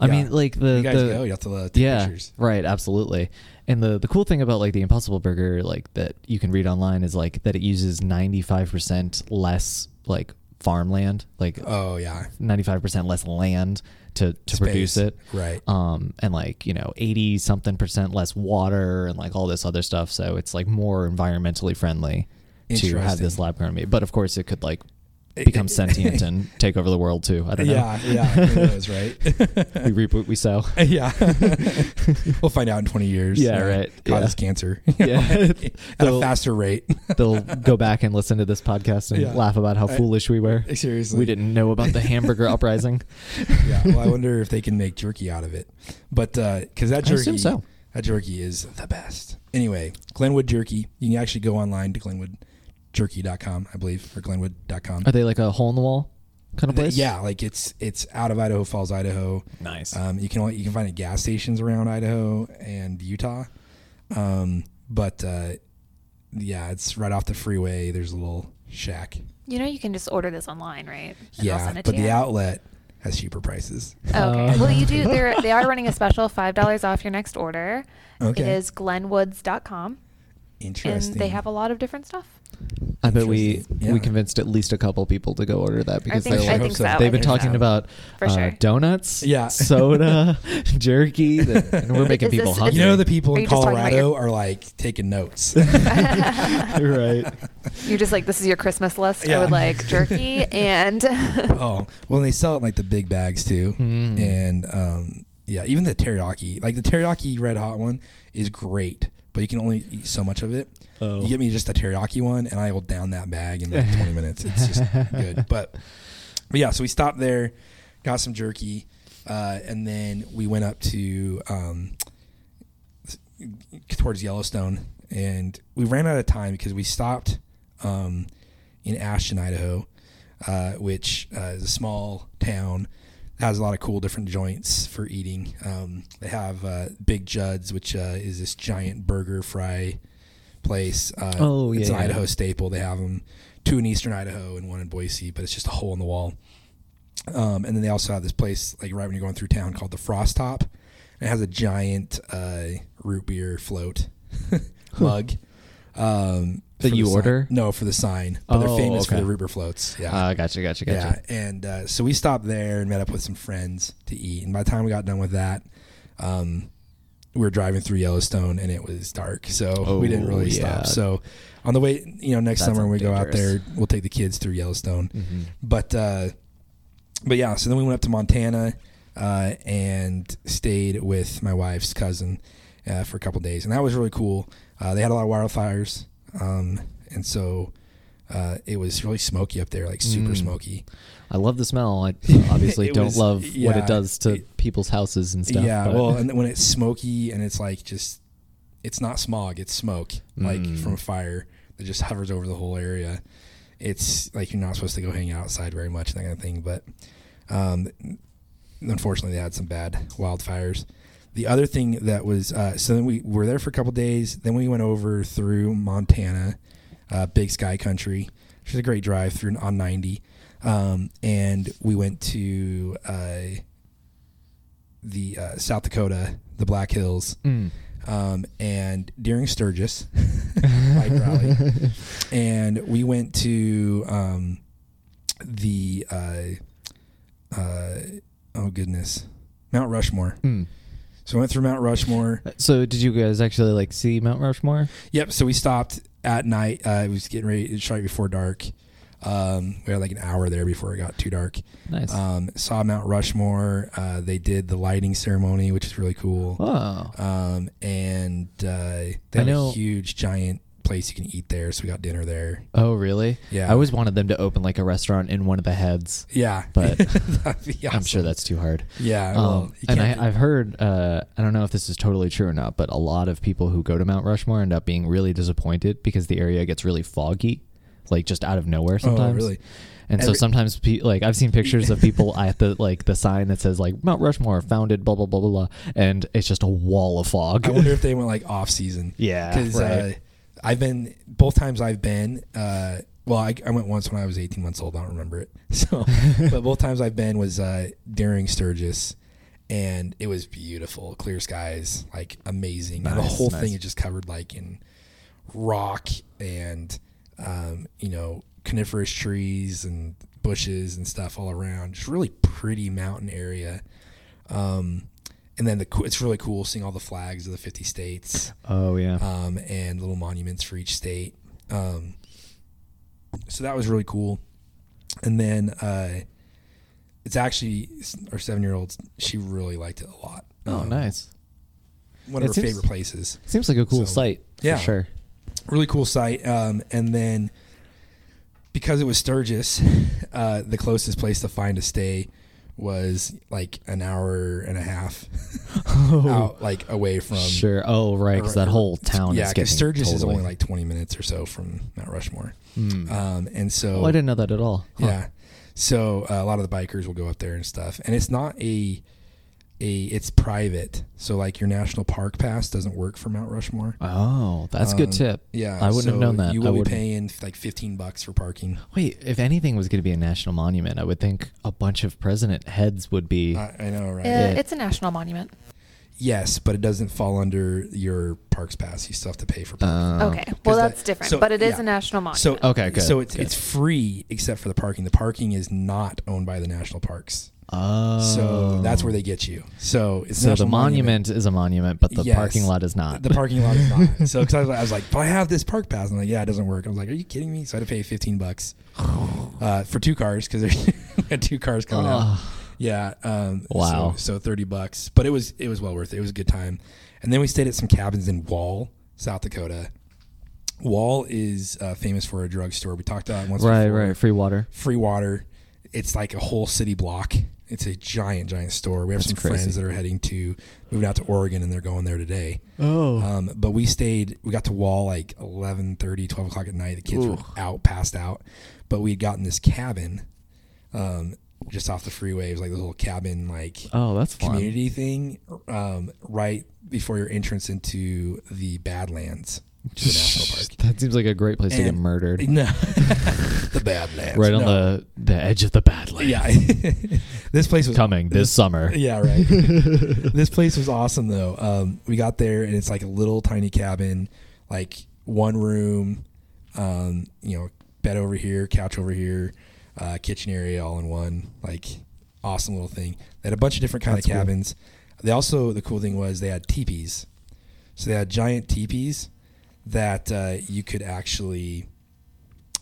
C: I
B: yeah.
C: mean, like the
B: you guys
C: the,
B: go. You have to uh, take
C: yeah
B: pictures.
C: right absolutely and the the cool thing about like the impossible burger like that you can read online is like that it uses 95% less like farmland like
B: Oh yeah,
C: 95% less land to to produce
B: Space.
C: it
B: right.
C: um and like you know 80 something percent less water and like all this other stuff so it's like more environmentally friendly to have this
B: Interesting.
C: lab grown meat but of course it could like
B: It-
C: become
B: it-
C: sentient and take over the world too i don't know
B: Yeah, yeah, who knows,
C: we
B: right?
C: reap what we sow
B: yeah, we'll find out in 20 years.
C: Yeah, right.
B: Causes
C: Yeah.
B: cancer.
C: Yeah.
B: at a
C: They'll-
B: faster rate.
C: they'll go back and listen to this podcast and
B: Yeah.
C: laugh about how
B: I-
C: foolish we were.
B: Seriously,
C: We didn't know about the hamburger uprising.
B: yeah. Well, I wonder if they can make jerky out of it, but because that
C: I
B: jerky,
C: assume so.
B: that jerky is the best. Anyway, Glenwood jerky. You can actually go online to glenwoodjerky.com, I believe, or glenwood.com.
C: Are they like a hole in the wall kind of
B: Th-
C: place?
B: Yeah, like it's it's out of Idaho Falls, Idaho.
C: Nice.
B: Um, you can only, you can find it at gas stations around Idaho and Utah, um, but uh, yeah, it's right off the freeway. There's a little shack.
D: You know, you can just order this online, right? And they'll
B: yeah,
D: send it
B: but
D: to
B: the
D: you.
B: outlet has cheaper prices.
D: Oh, okay.
C: Uh,
D: well, you do. They're, they are running a special, five dollars off your next order.
B: Okay.
D: It is Glenwoods.com, and
B: Interesting.
D: they have a lot of different stuff.
C: I bet we
B: interesting. Yeah.
C: we convinced at least a couple people to go order that because
D: I think,
C: they're
B: sure
D: I
C: like,
B: hope
D: think
B: so.
D: so.
B: I
C: they've been
B: think
C: talking
B: so.
C: about
D: For
C: uh,
D: sure.
C: donuts,
B: Yeah.
C: soda, jerky, that- and we're making
D: Is this-
C: people
D: is-
C: hungry.
B: you know the people
D: Are
B: in
D: you just talking about
B: Colorado
D: your-
B: are like taking notes.
C: right?
D: You're just like, this is your Christmas list.
B: Yeah.
D: I would like jerky and
B: oh, well, they sell it in, like the big bags too,
C: Mm.
B: and um, yeah, even the teriyaki, like the teriyaki red hot one, is great, but you can only eat so much of it.
C: Oh.
B: You give me just a teriyaki one, and I will down that bag in like 20 minutes. It's just good. But, but yeah, so we stopped there, got some jerky, uh, and then we went up to um, towards Yellowstone, and we ran out of time because we stopped um, in Ashton, Idaho, uh, which uh, is a small town. Has a lot of cool different joints for eating. Um, they have uh, Big Judd's, which uh, is this giant burger fry place. Uh,
C: Oh,
B: it's an
C: yeah, yeah.
B: Idaho staple. They have them two in Eastern Idaho and one in Boise, but it's just a hole in the wall. Um, and then they also have this place like right when you're going through town called the Frost Top. It has a giant uh, root beer float mug. Um,
C: That
B: for
C: you
B: the sign-
C: order?
B: No, for the sign. But
C: Oh,
B: they're famous for
C: okay.
B: the root beer floats. Yeah.
C: Uh, gotcha, gotcha, gotcha.
B: Yeah, and uh, so we stopped there and met up with some friends to eat. And by the time we got done with that, um, we were driving through Yellowstone and it was dark, so
C: Oh,
B: we didn't really
C: yeah.
B: stop. So on the way, you know, next
C: That
B: summer when we
C: sounds
B: go out there,
C: dangerous.
B: we'll take the kids through Yellowstone.
C: Mhm.
B: But uh, but yeah, so then we went up to Montana uh, and stayed with my wife's cousin uh, for a couple days, and that was really cool. Uh, they had a lot of wildfires, um, and so uh, it was really smoky up there, like super
C: Mm.
B: smoky.
C: I love the smell. I obviously
B: It
C: don't
B: was-
C: love what
B: yeah,
C: it does to
B: it-
C: people's houses and stuff.
B: yeah,
C: but-
B: well, and when it's smoky and it's like just, it's not smog, it's smoke, like
C: Mm.
B: from a fire that just hovers over the whole area. It's like you're not supposed to go hang out outside very much, and that kind of thing. But um, unfortunately, they had some bad wildfires. The other thing that was uh, so then we were there for a couple days. Then we went over through Montana, uh, Big Sky Country, which is a great drive through on ninety, um, and we went to uh, the uh, South Dakota, the Black Hills,
C: Mm.
B: um, and during Sturgis bike rally, and we went to um, the uh, uh, oh goodness, Mount Rushmore.
C: Mm.
B: So we went through Mount Rushmore.
C: So did you guys actually like see Mount Rushmore?
B: Yep. So we stopped at night. Uh, it was getting ready. It was right before dark. Um, we had like an hour there before it got too dark.
C: Nice.
B: Um, saw Mount Rushmore. Uh, they did the lighting ceremony, which is really cool.
C: oh,
B: Um, and uh, they
C: I
B: have
C: know-
B: a huge, giant place you can eat there. So we got dinner there.
C: oh, really?
B: Yeah.
C: I always wanted them to open like a restaurant in one of the heads.
B: Yeah,
C: But
B: That'd be
C: I'm sure
B: awesome.
C: that's too hard.
B: Yeah, well,
C: Um,
B: you
C: and
B: can't
C: I,
B: do-
C: I've heard, uh, I don't know if this is totally true or not, but a lot of people who go to Mount Rushmore end up being really disappointed because the area gets really foggy, like just out of nowhere sometimes.
B: Oh, really?
C: And so
B: Every-
C: sometimes, pe- like I've seen pictures of people at the like the sign that says like Mount Rushmore founded blah blah blah blah blah, and it's just a wall of fog.
B: I wonder uh, if they went like off season.
C: Yeah,
B: because
C: right.
B: uh, I've been both times I've been uh, Well, I, I went once when I was 18 months old. I don't remember it. So, but both times I've been was uh, during Sturgis, and it was beautiful, clear skies, like amazing. and the
C: Nice,
B: whole
C: nice.
B: thing is just covered like in rock and um, you know coniferous trees and bushes and stuff all around. Just really pretty mountain area. Um, and then the coo- it's really cool seeing all the flags of the 50 states
C: Oh yeah.
B: um, and little monuments for each state. Um, so that was really cool. And then uh, it's actually our seven year old, she really liked it a lot.
C: oh,
B: Um,
C: nice.
B: One of
C: It
B: her
C: seems-
B: favorite places.
C: Seems like a cool
B: So,
C: site.
B: yeah.
C: For sure.
B: Really cool site. Um, and then because it was Sturgis, uh, the closest place to find a stay was like an hour and a half out, like away from
C: sure. Oh right, because that whole town
B: Um, yeah,
C: is Oh, getting
B: because Sturgis is
C: totally-
B: only like 20 minutes or so from Mount Rushmore.
C: Hmm.
B: Um, and so,
C: Oh, I didn't know that at all. Huh.
B: yeah, so uh, a lot of the bikers will go up there and stuff. And it's not a, a it's private. So like your national park pass doesn't work for Mount Rushmore.
C: Oh, that's a good
B: Um,
C: tip.
B: Yeah,
C: I wouldn't have
B: so
C: known that.
B: You
C: I
B: will be
C: wouldn't.
B: paying like 15 bucks for parking.
C: Wait, if anything was going to be a national monument, I would think a bunch of president heads would be.
B: I, I know, right?
D: Uh, It's a national monument.
B: yes, but it doesn't fall under your parks pass. You still have to pay for parking.
C: uh,
D: okay. Well,
B: Oh, that-
D: that's different,
B: so,
D: but it is
B: yeah.
D: a national monument.
B: So
C: Okay, good,
B: So it's
C: good.
B: it's free except for the parking. The parking is not owned by the national parks.
C: Oh.
B: So that's where they get you. So it's
C: So the
B: National
C: monument, is a monument, but the
B: Yes.
C: parking lot is not.
B: The parking lot is not. so 'cause I, was, I was like, but I have this park pass. I'm like, yeah, it doesn't work. I was like, are you kidding me? So I had to pay 15 bucks uh, for two cars because there's had two cars coming out. Yeah. Um, so-
C: Wow.
B: So, 30 bucks, but it was it was well worth it. It was a good time. And then we stayed at some cabins in Wall, South Dakota. Wall is uh, famous for a drugstore. We talked about it once
C: right,
B: before
C: right. Free water.
B: free water. It's like a whole city block. It's a giant, giant store. We have some friends
C: crazy.
B: that are heading to moving out to Oregon, and they're going there today.
C: Oh.
B: Um, but we stayed. We got to Wall like 11, 12 o'clock at night. The kids were
C: Ooh.
B: out, passed out. But we had gotten this cabin, um, just off the freeway. It was like this little cabin, like
C: Oh, that's fun.
B: community thing, um, right before your entrance into the Badlands, which is a national park.
C: That seems like a great place to get
B: And-
C: murdered.
B: No, the Badlands,
C: right on
B: No.
C: the the edge of the Badlands.
B: Yeah, this place was
C: Coming this summer.
B: Yeah, right. this place was awesome though. Um, we got there and it's like a little tiny cabin, like one room, um, you know, bed over here, couch over here, uh, kitchen area all in one. Like awesome little thing. They had a bunch of different kind
C: That's
B: of
C: cool.
B: cabins. They also the cool thing was they had teepees, so they had giant teepees that uh, you could actually.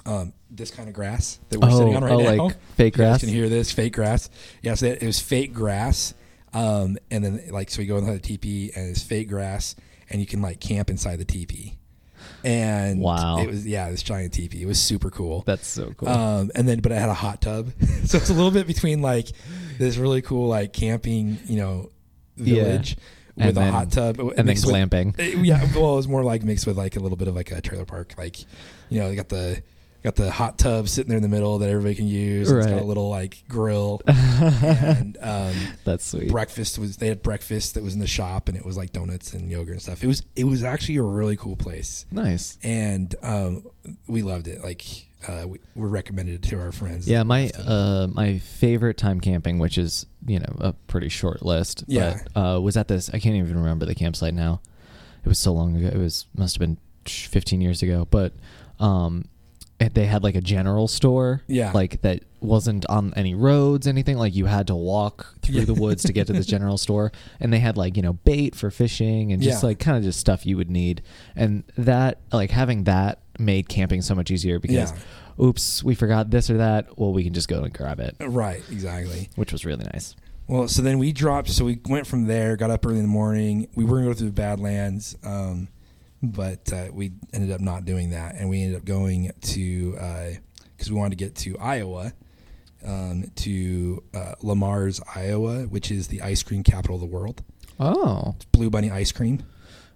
B: Um, this kind of grass that we're sitting
C: Oh,
B: on right
C: oh,
B: now,
C: like fake
B: You guys
C: grass?
B: can hear this fake grass. Yeah, so that, it was fake grass. Um, and then like so we go inside the teepee and it's fake grass and you can like camp inside the teepee. And
C: Wow.
B: it was yeah, this giant teepee. It was super cool.
C: That's so cool.
B: Um, and then but I had a hot tub. so it's a little bit between like this really cool like camping, you know,
C: Yeah.
B: village
C: And
B: with a
C: then-
B: hot tub
C: and then
B: mixed with-
C: glamping.
B: it- Uh, yeah, well, it was more like mixed with like a little bit of like a trailer park, like you know, they got the got the hot tub sitting there in the middle that everybody can use. It's got
C: Right.
B: a little like grill, and um,
C: That's sweet.
B: breakfast was they had breakfast that was in the shop, and it was like donuts and yogurt and stuff. It was it was actually a really cool place,
C: Nice.
B: and um, we loved it. Like uh, we, we recommended it to our friends.
C: Yeah, my uh, my favorite time camping, which is you know a pretty short list,
B: Yeah.
C: but uh, was at this. I can't even remember the campsite now. It was so long ago. It was must have been tch, 15 years ago. But um, it- they had like a general store,
B: Yeah.
C: like that wasn't on any roads, anything. Like you had to walk through
B: Yeah.
C: the woods to get to this general store, and they had like you know bait for fishing and just
B: Yeah.
C: like kind of just stuff you would need. And that like having that made camping so much easier because
B: Yeah.
C: oops, we forgot this or that. Well, we can just go and grab it,
B: right, exactly.
C: which was really nice.
B: Well, so then we dropped. So we went from there, got up early in the morning. We were going to go through the Badlands, um, but uh, we ended up not doing that, and we ended up going to because we wanted to get to Iowa um, to uh, Lamar's, Iowa, which is the ice cream capital of the world.
C: Oh,
B: Blue Bunny ice cream.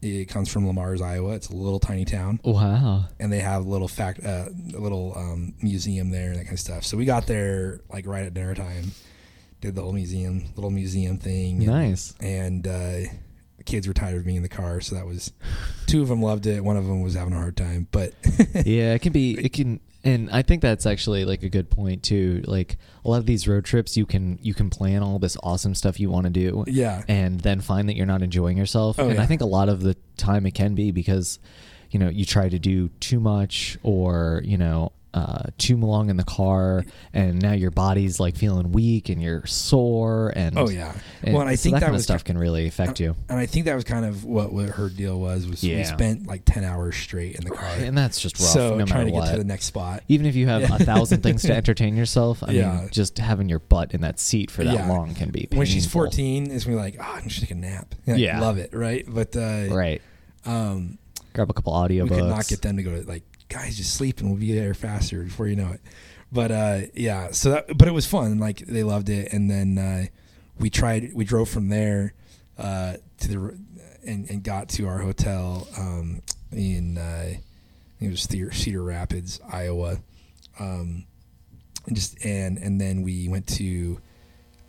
B: It comes from Lamar's, Iowa. It's a little tiny town
C: wow.
B: and they have a little fact, uh, a little um, museum there and that kind of stuff. So we got there like right at dinner time, did the whole museum, little museum thing.
C: Nice.
B: And uh, the kids were tired of being in the car, so that was two of them loved it. One of them was having a hard time, but
C: Yeah, it can be, it can, And I think that's actually like a good point too. Like a lot of these road trips, you can you can plan all this awesome stuff you want to do,
B: Yeah.
C: and then find that you're not enjoying yourself.
B: Oh,
C: and
B: yeah.
C: I think a lot of the time it can be because, you know, you try to do too much or you know uh, too long in the car, and now your body's like feeling weak and you're sore. And
B: Oh yeah.
C: and
B: well, and I
C: so
B: think
C: that,
B: that,
C: kind of
B: was Uh,
C: stuff can really affect you.
B: And I think that was kind of what, what her deal was. Was we
C: Yeah.
B: spent like ten hours straight in the car.
C: And that's just rough.
B: so
C: no
B: trying
C: matter
B: to
C: what.
B: get to the next spot.
C: even if you have
B: Yeah.
C: a thousand things to entertain yourself, I
B: Yeah.
C: mean, just having your butt in that seat for that
B: Yeah.
C: long can be painful.
B: When she's 14, is when we're like, oh, I'm just take a nap. Like,
C: Yeah.
B: love it, right? But uh,
C: right?
B: um,
C: Grab a couple
B: we
C: audiobooks.
B: could not get them to go to like, guys, just sleep and we'll be there faster before you know it. But uh, yeah, so that, but it was fun. Like they loved it, and then uh, we tried. We drove from there uh, to the r- and, and got to our hotel um, in uh, it was Cedar, Cedar Rapids, Iowa. Um, and just and and then we went to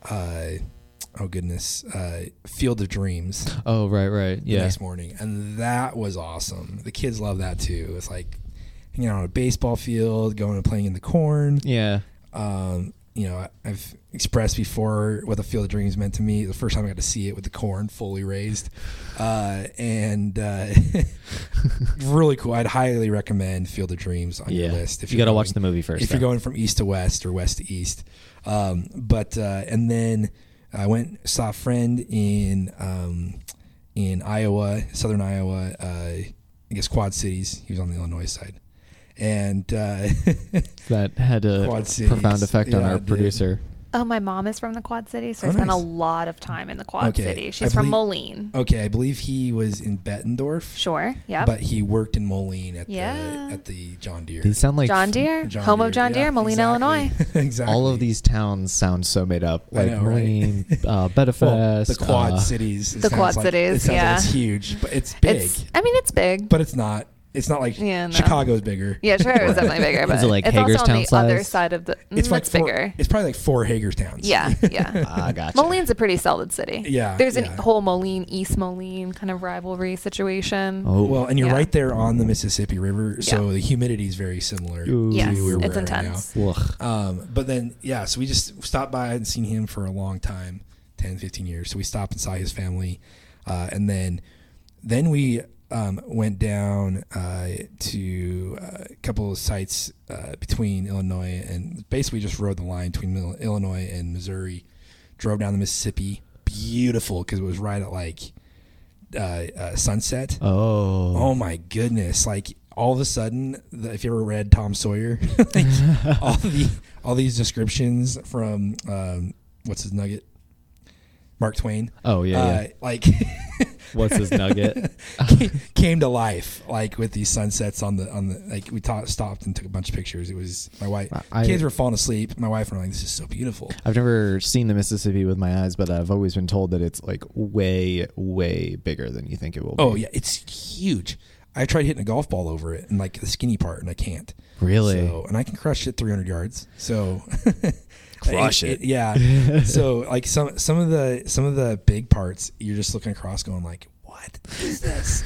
B: uh, oh goodness, uh, Field of Dreams
C: Oh, right, right,
B: the
C: yeah.
B: next morning, and that was awesome. The kids love that too. It's like hanging out on a baseball field, going and playing in the corn.
C: Yeah,
B: Um, you know, I- I've expressed before what the Field of Dreams meant to me. The first time I got to see it with the corn fully raised, uh, and uh, really cool. I'd highly recommend Field of Dreams on your
C: yeah.
B: list.
C: you
B: you're
C: got to watch
B: going-
C: the movie first.
B: if you're
C: though.
B: going from east to west or west to east. Um, but uh, and then I went saw a friend in um, in Iowa, southern Iowa, uh, I guess Quad Cities. He was on the Illinois side, and uh,
C: that had a
B: Quad Cities.
C: profound effect on
B: Yeah,
C: our
B: it did.
C: producer.
D: Oh, my mom is from the Quad City, so
B: Oh,
D: I spent
B: nice.
D: a lot of time in the Quad
B: Okay, I
D: City. She's from
B: believe-
D: Moline.
B: okay, I believe he was in Bettendorf,
D: Sure. Yep.
B: but he worked in Moline at
D: Yeah.
B: the at the John Deere.
C: These sound like
D: John Deere,
B: John
D: home of John
B: yeah,
D: Deere, Moline,
B: exactly.
D: Illinois.
B: exactly.
C: all of these towns sound so made up.
B: I
C: Like
B: know, right?
C: Moline, uh,
B: Well,
C: Bedfest,
B: the Quad
C: uh,
B: Cities. it
D: The
B: sounds
D: Quad
B: like- it
D: Cities,
B: sounds like
D: yeah.
B: it's huge, but it's big.
D: It's. I mean, it's big.
B: but it's not. It's not like
D: Yeah, no.
B: Chicago's bigger.
D: yeah, sure, it's definitely bigger.
C: Is
D: But
C: it like
D: it's also on
C: Hagerstown
D: the other
C: size?
D: side of the. Mm,
B: It's
D: it's
B: like four-
D: bigger.
B: It's probably like four Hagerstown's.
D: yeah, yeah.
C: Ah, gotcha.
D: Moline's a pretty solid city.
B: Yeah,
D: There's
B: yeah.
D: a whole Moline, East Moline kind of rivalry situation.
C: Oh,
B: Well, and you're
D: Yeah.
B: right there on the Mississippi River, so
D: Yeah.
B: the humidity is very similar.
C: Ooh.
D: yes,
B: we were
D: it's
B: right now.
D: intense.
C: Ugh.
B: Um, but then, yeah, so we just stopped by and seen him for a long time 10, 15 years. So we stopped and saw his family. Uh, and then, then we um, went down uh, to uh, a couple of sites uh, between Illinois and basically just rode the line between Mil- Illinois and Missouri, drove down the Mississippi. Beautiful because it was right at like uh, uh, sunset.
C: oh,
B: Oh my goodness! Like all of a sudden, the, if you ever read Tom Sawyer, like all the all these descriptions from um, what's his nugget, Mark Twain,
C: oh yeah,
B: uh,
C: yeah.
B: like
C: What's his nugget?
B: came to life, like with these sunsets on the on the like we ta- stopped and took a bunch of pictures. It was my wife,
C: I-
B: kids were falling asleep. My wife and I were like, "This is so beautiful."
C: I've never seen the Mississippi with my eyes, but I've always been told that it's like way, way bigger than you think it will be.
B: Oh yeah, it's huge. I tried hitting a golf ball over it and like the skinny part, and I can't.
C: really?
B: So, and I can crush it 300 yards. So
C: Crush it.
B: Yeah. so like some some of the some of the big parts, you're just looking across, going like, "What is this?"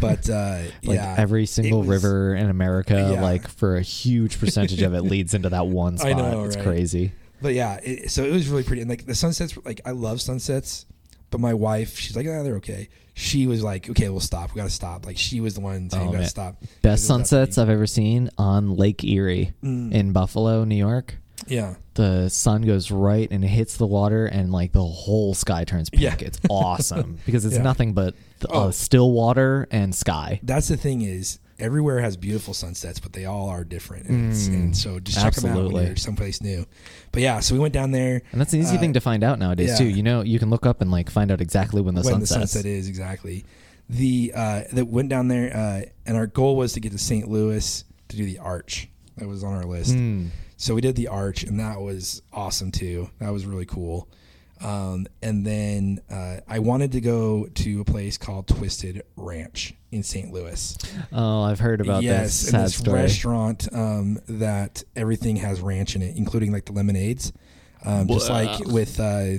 B: but uh,
C: like
B: yeah,
C: every single
B: was-
C: river in America,
B: Yeah.
C: like for a huge percentage of it leads into that one
B: I
C: spot.
B: know,
C: it's
B: right?
C: crazy.
B: But yeah, it, so it was really pretty. And like the sunsets, were- like I love sunsets. But my wife, she's like, "Ah, they're okay." She was like, "Okay, we'll stop. We gotta stop." Like she was the one saying,
C: Oh,
B: "We gotta
C: man.
B: stop." 'Cause
C: Best
B: it was that
C: sunsets I've ever seen on Lake Erie
B: Mm.
C: in Buffalo, New York.
B: pretty. Yeah.
C: The sun goes right and it hits the water, and like the whole sky turns pink.
B: Yeah.
C: It's awesome because it's
B: Yeah.
C: nothing but th-
B: Oh.
C: uh, still water and sky.
B: that's the thing is everywhere has beautiful sunsets, but they all are different. And, it's,
C: Mm,
B: and so just check them out when
C: absolutely.
B: you're someplace new. But yeah, so we went down there
C: And that's an easy
B: Uh,
C: thing to find out nowadays
B: yeah.
C: too. You know, you can look up and like find out exactly when the
B: when
C: sun
B: the
C: sets.
B: sunset is exactly. The uh, that went down there, uh, and our goal was to get to St. Louis to do the arch. That was on our list.
C: Mm.
B: So we did the arch, and that was awesome too. That was really cool. Um, and then uh, I wanted to go to a place called Twisted Ranch in St. Louis.
C: Oh, I've heard about
B: yes,
C: this
B: and
C: sad
B: this
C: story.
B: restaurant um, that everything has ranch in it, including like the lemonades. Um, just like with uh,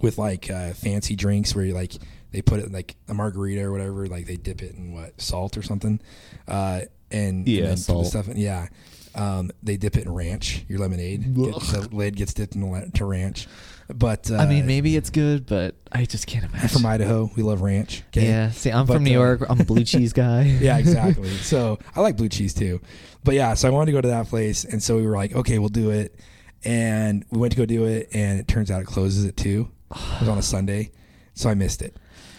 B: with like uh, fancy drinks where you like they put it in, like a margarita or whatever, like they dip it in what salt or something, uh, and, and
C: Yeah,
B: then put the
C: salt.
B: stuff in. Yeah, Um, they dip it in ranch. Your lemonade, get, the lid gets dipped in la- to ranch. But uh,
C: I mean, maybe it's good, but I just can't imagine.
B: I'm from Idaho. We love ranch. 'kay?
C: Yeah. See, I'm
B: But,
C: from New
B: uh,
C: York. I'm a blue cheese guy.
B: yeah, exactly. so I like blue cheese too. But yeah, so I wanted to go to that place. And so we were like, okay, we'll do it. And we went to go do it. And it turns out it closes at two. It was on a Sunday. So I missed it.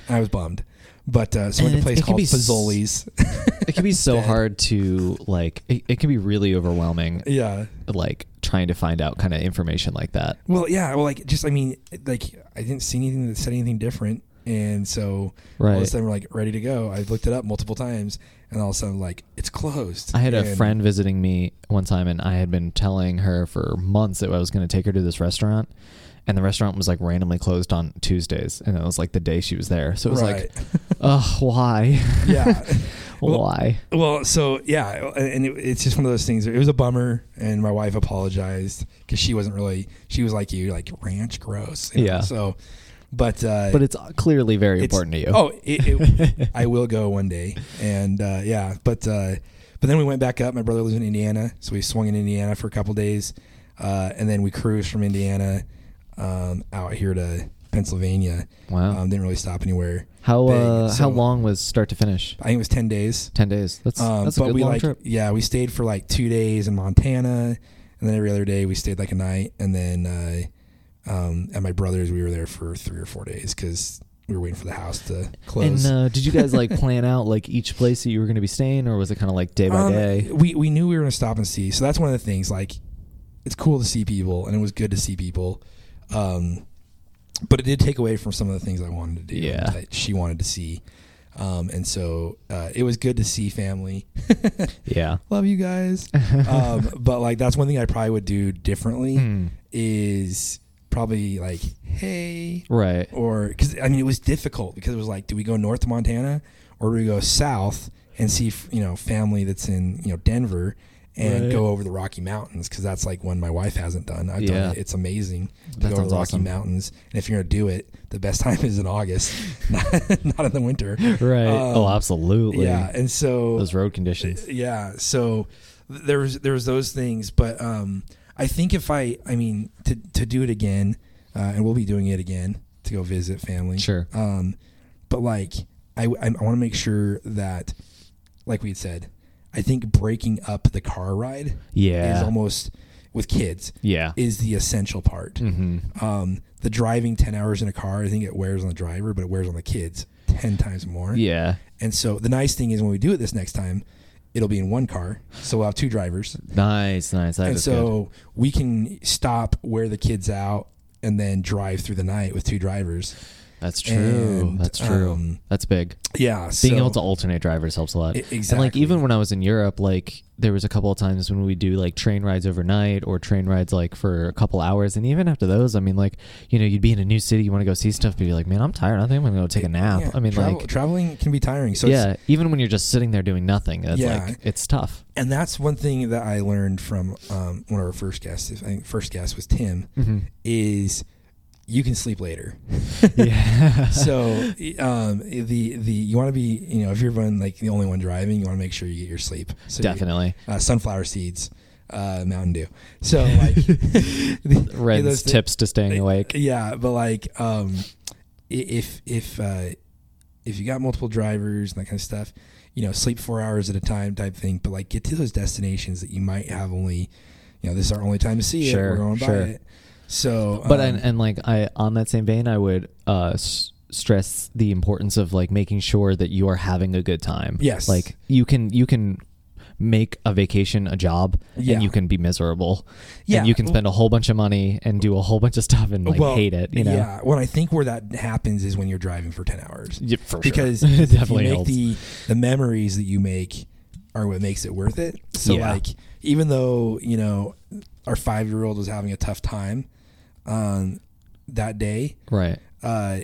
B: And I was bummed. But uh, so I went
C: And
B: to a
C: it-
B: place
C: it can
B: called
C: be s-
B: Fazoli's.
C: It can be so
B: Dead.
C: hard to like. It, it can be really overwhelming.
B: yeah.
C: Like trying to find out kind of information like that.
B: Well, yeah. Well, like, just, I mean, like, I didn't see anything that said anything different. And so all of a
C: Right.
B: sudden we're like ready to go. I looked it up multiple times. And all of a sudden, like, it's closed.
C: I had a
B: And-
C: friend visiting me one time, and I had been telling her for months that I was going to take her to this restaurant, and the restaurant was like randomly closed on Tuesdays, and it was like the day she was there. So it was like, ugh, why?
B: yeah. Well,
C: why?
B: Well, so yeah, and it, it's just one of those things. It was a bummer, and my wife apologized because she wasn't really. She was like you, like ranch, gross. you know?
C: Yeah.
B: So, but uh,
C: But it's clearly very
B: it's-
C: important to you.
B: Oh, it, it, I will go one day, and uh, yeah, but uh, but then we went back up. My brother lives in Indiana, so we swung in Indiana for a couple days, uh, and then we cruised from Indiana um, out here to Pennsylvania.
C: Wow.
B: Um, didn't really stop anywhere.
C: how
B: big,
C: uh,
B: so-
C: how long was start to finish?
B: I think it was ten days.
C: Ten days. That's
B: Um,
C: that's a
B: but
C: good
B: we
C: long
B: like,
C: trip.
B: yeah, we stayed for like two days in Montana, and then every other day we stayed like a night, and then uh, um, at my brother's we were there for three or four days because we were waiting for the house to close.
C: And uh, did you guys like plan out like each place that you were going to be staying, or was it kind of like day by
B: Um,
C: day?
B: we we knew we were gonna stop and see, so that's one of the things. Like, it's cool to see people, and it was good to see people, um, but it did take away from some of the things I wanted to do.
C: Yeah.
B: that she wanted to see. Um, and so uh, it was good to see family.
C: Yeah.
B: love you guys. um, but like that's one thing I probably would do differently
C: Hmm.
B: is probably like hey
C: Right.
B: or because I mean it was difficult because it was like do we go north to Montana or do we go south and see f- you know family that's in you know Denver and
C: Right.
B: go over the Rocky Mountains because that's like one my wife hasn't done. I've
C: Yeah.
B: done it. It's amazing to
C: That
B: go over
C: sounds
B: the Rocky
C: awesome.
B: Mountains. And if you're gonna do it, the best time is in August, not, not in the winter.
C: Right. oh,
B: Um,
C: absolutely.
B: Yeah, and so
C: Those road conditions.
B: yeah so th- there was there was those things but um i think if i i mean to to do it again uh, and we'll be doing it again to go visit family
C: Sure.
B: um but like i i, want to make sure that like we had said i think breaking up the car ride
C: Yeah.
B: is almost with kids
C: yeah.
B: is the essential part
C: hmm
B: um the driving 10 hours in a car i think it wears on the driver but it wears on the kids 10 times more
C: Yeah.
B: and so the nice thing is when we do it this next time, it'll be in one car. So we'll have two drivers.
C: Nice. Nice. That
B: and
C: is
B: so we can stop, wear the kids out, and then drive through the night with two drivers.
C: good. That's true.
B: and,
C: That's true.
B: um,
C: That's big.
B: Yeah.
C: Being
B: so,
C: able to alternate drivers helps a lot.
B: I-
C: And like
B: exactly.
C: even when I was in Europe, like there was a couple of times when we do like train rides overnight or train rides like for a couple hours, and even after those, I mean like you know you'd be in a new city, you want to go see stuff, but you're like, man, I'm tired. I think I'm gonna go take a nap.
B: yeah,
C: I mean
B: travel-
C: like
B: traveling can be tiring. So yeah.
C: yeah, even when you're just sitting there doing nothing, that's
B: Yeah.
C: like it's tough.
B: and that's one thing that I learned from um, one of our first guests. I think first guest was Tim. Is you can sleep later.
C: yeah.
B: so um, the the you want to be you know if you're one like the only one driving, you want to make sure you get your sleep. So you-
C: Definitely.
B: uh, sunflower seeds, uh, Mountain Dew. So like the,
C: Red's
B: those thi-
C: tips to staying awake.
B: Yeah, but like um, i- if if uh, if you got multiple drivers and that kind of stuff, you know, sleep four hours at a time type thing. But like get to those destinations that you might have only, you know, this is our only time to see it.
C: Sure,
B: We're going
C: sure.
B: by it. So,
C: But
B: um,
C: and, and like I on that same vein, I would uh, s- stress the importance of like making sure that you are having a good time.
B: Yes.
C: like you can you can make a vacation a job
B: Yeah.
C: and you can be miserable
B: Yeah.
C: and you can spend a whole bunch of money and do a whole bunch of stuff and like
B: well,
C: hate it you know
B: yeah. Well, I think where that happens is when you're driving for ten hours.
C: Yeah, for sure.
B: because
C: It
B: if you
C: definitely
B: make
C: helps.
B: the the memories that you make are what makes it worth it. So
C: Yeah.
B: like even though you know our five year old was having a tough time um, that day,
C: right
B: uh,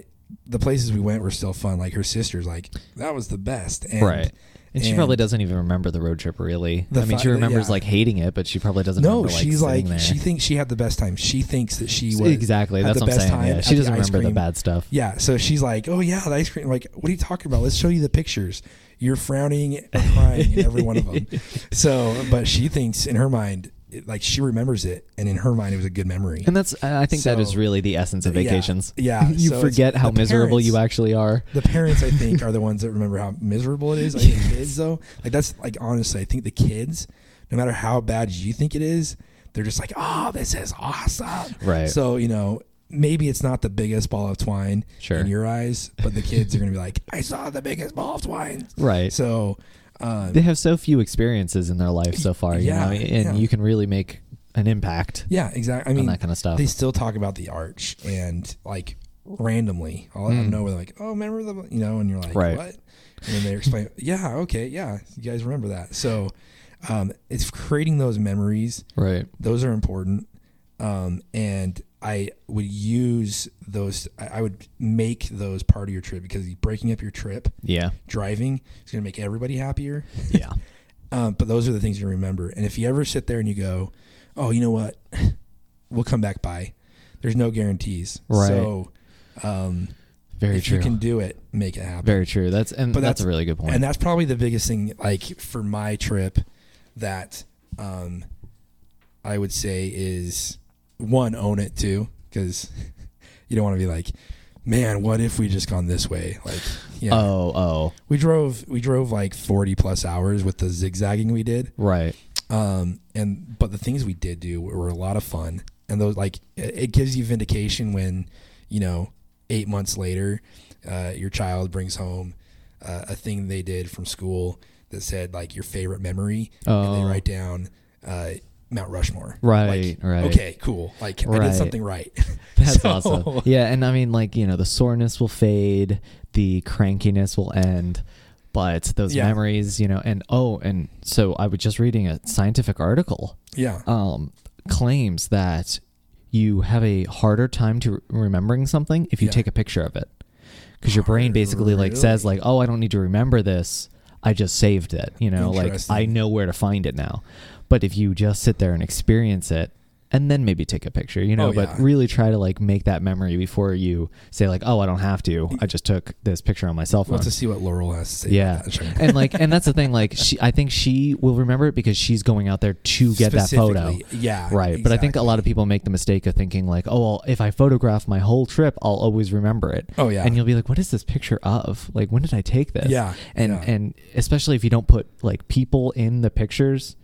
B: the places we went were still fun. Like her sister's like that was the best, and
C: Right. And she
B: And-
C: probably doesn't even remember the road trip really.
B: The
C: I mean,
B: fi-
C: she remembers
B: yeah.
C: like hating it, but she probably doesn't.
B: No,
C: remember, like,
B: she's
C: sitting
B: like
C: there.
B: she thinks she had the best time. She thinks that she was
C: exactly.
B: had
C: That's
B: the
C: what I'm
B: best
C: saying.
B: time
C: Yeah,
B: at
C: she
B: the
C: doesn't
B: ice
C: remember the
B: cream.
C: bad stuff.
B: Yeah, so she's like, "Oh yeah, the ice cream." Like, what are you talking about? Let's show you the pictures. You're frowning or crying in every one of them. So, but she thinks in her mind, it- like she remembers it, and in her mind, it was a good memory.
C: And that's I I think that is
B: So-
C: really the essence of
B: Yeah,
C: vacations.
B: yeah,
C: you
B: so it's
C: forget how
B: the
C: miserable you
B: parents-
C: actually are.
B: The parents, I think, are the ones that remember how miserable it is. Like the kids, though, like that's like honestly, I think the kids, no matter how bad you think it is, they're just like, "Oh, this is awesome."
C: Right.
B: So you know, maybe it's not the biggest ball of twine
C: Sure.
B: in your eyes, but the kids are gonna be like, "I saw the biggest ball of twine."
C: Right.
B: So, um,
C: they have so few experiences in their life so far, you
B: Yeah,
C: know, and
B: yeah.
C: you can really make an impact
B: yeah, exactly. I
C: on
B: mean,
C: that kind of stuff.
B: they still talk about the arch and like randomly, I'll let them know where they're like, "Oh, remember the," you know, and you're like,
C: Mm. Right.
B: "What?" And then they explain, "Yeah, okay, yeah, you guys remember that." So, um, it's creating those memories.
C: right.
B: those are important um, and i would use those I, I would make those part of your trip because breaking up your trip
C: Yeah.
B: driving is going to make everybody happier
C: Yeah.
B: um, but those are the things you remember and if you ever sit there and you go oh you know what we'll come back by there's no guarantees
C: Right.
B: so um,
C: Very
B: if
C: true.
B: you can do it make it happen
C: Very true. That's and
B: But
C: that's,
B: that's-
C: a really good point.
B: and that's probably the biggest thing, like for my trip, that um, I would say is one, own it too, because you don't want to be like, man, what if we just gone this way? Like, yeah,
C: Oh, oh.
B: we drove, we drove like forty plus hours with the zigzagging we did,
C: Right.
B: um, and but the things we did do were, were a lot of fun, and those like it, it gives you vindication when you know eight months later, uh, your child brings home uh, a thing they did from school that said like your favorite memory, and they
C: Oh.
B: write down uh, Mount Rushmore.
C: Right,
B: Like,
C: right.
B: Okay, cool. Like I
C: Right.
B: did something right.
C: That's
B: So-
C: awesome. Yeah, and I mean, like you know, the soreness will fade, the crankiness will end, but those
B: Yeah.
C: memories, you know, and oh, and so I was just reading a scientific article,
B: Yeah.
C: um, claims that you have a harder time to re- remembering something if you
B: Yeah.
C: take a picture of it, because your brain basically like says like, oh, I don't need to remember this. I just saved it, you know, like
B: Interesting.
C: I know where to find it now. But if you just sit there and experience it and then maybe take a picture, you know,
B: Oh,
C: but
B: yeah.
C: really try to like make that memory before you say like, "Oh, I don't have to. I just took this picture on my cell phone."
B: Let's just see what Laurel has to say.
C: yeah.
B: about that. Sure.
C: and like and that's the thing like she I think she will remember it because she's going out there to get that photo.
B: Specifically, Yeah.
C: Right. But I think a
B: exactly.
C: lot of people make the mistake of thinking like, "Oh, well, if I photograph my whole trip, I'll always remember it."
B: Oh, yeah.
C: And you'll be like, "What is this picture of? Like, when did I take this?"
B: Yeah,
C: And
B: yeah.
C: and especially if you don't put like people in the pictures,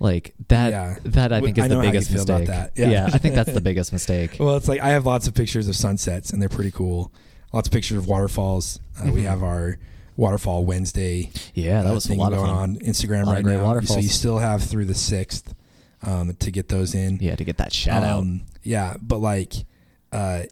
C: like that
B: Yeah.
C: that I
B: Wh-
C: think is
B: I
C: the
B: know how you
C: biggest
B: feel about
C: mistake.
B: that. Yeah.
C: I think that's the biggest mistake.
B: Well, it's like I have lots of pictures of sunsets, and they're pretty cool. Lots of pictures of waterfalls. Uh, We have our waterfall Wednesday.
C: Mm-hmm. Yeah, that
B: uh,
C: was a
B: thing
C: lot of
B: going
C: fun.
B: on Instagram
C: lot of
B: right
C: great
B: now. So
C: waterfalls.
B: you still have through the sixth um, to get those in.
C: Yeah, to get that shout out.
B: Um, Yeah, but like, uh,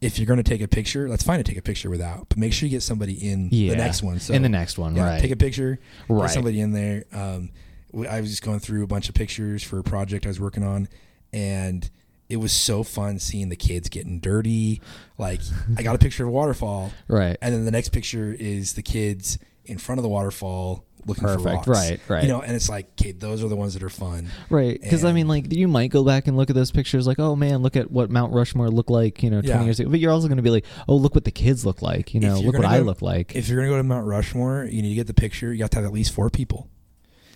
B: if you're going to take a picture, that's fine to take a picture without, but make sure you get somebody in
C: Yeah.
B: the next one. So
C: in the next one,
B: yeah,
C: right?
B: take a picture,
C: Right.
B: get somebody in there. Um, we- I was just going through a bunch of pictures for a project I was working on, and it was so fun seeing the kids getting dirty. Like I got a picture of a waterfall,
C: right.
B: and then the next picture is the kids in front of the waterfall looking for
C: Perfect.
B: rocks.
C: Right, right.
B: You know, and it's like, okay, those are the ones that are fun.
C: Right, because I mean,
B: And-
C: like you might go back and look at those pictures, like, oh man, look at what Mount Rushmore looked like, you know, twenty
B: Yeah.
C: years ago. But you're also going to be like, oh, look what the kids look like, you
B: If
C: know,
B: you're
C: look what
B: gonna
C: I
B: go-
C: look like.
B: If you're gonna go to Mount Rushmore, you need to get the picture. You have to have at least four people.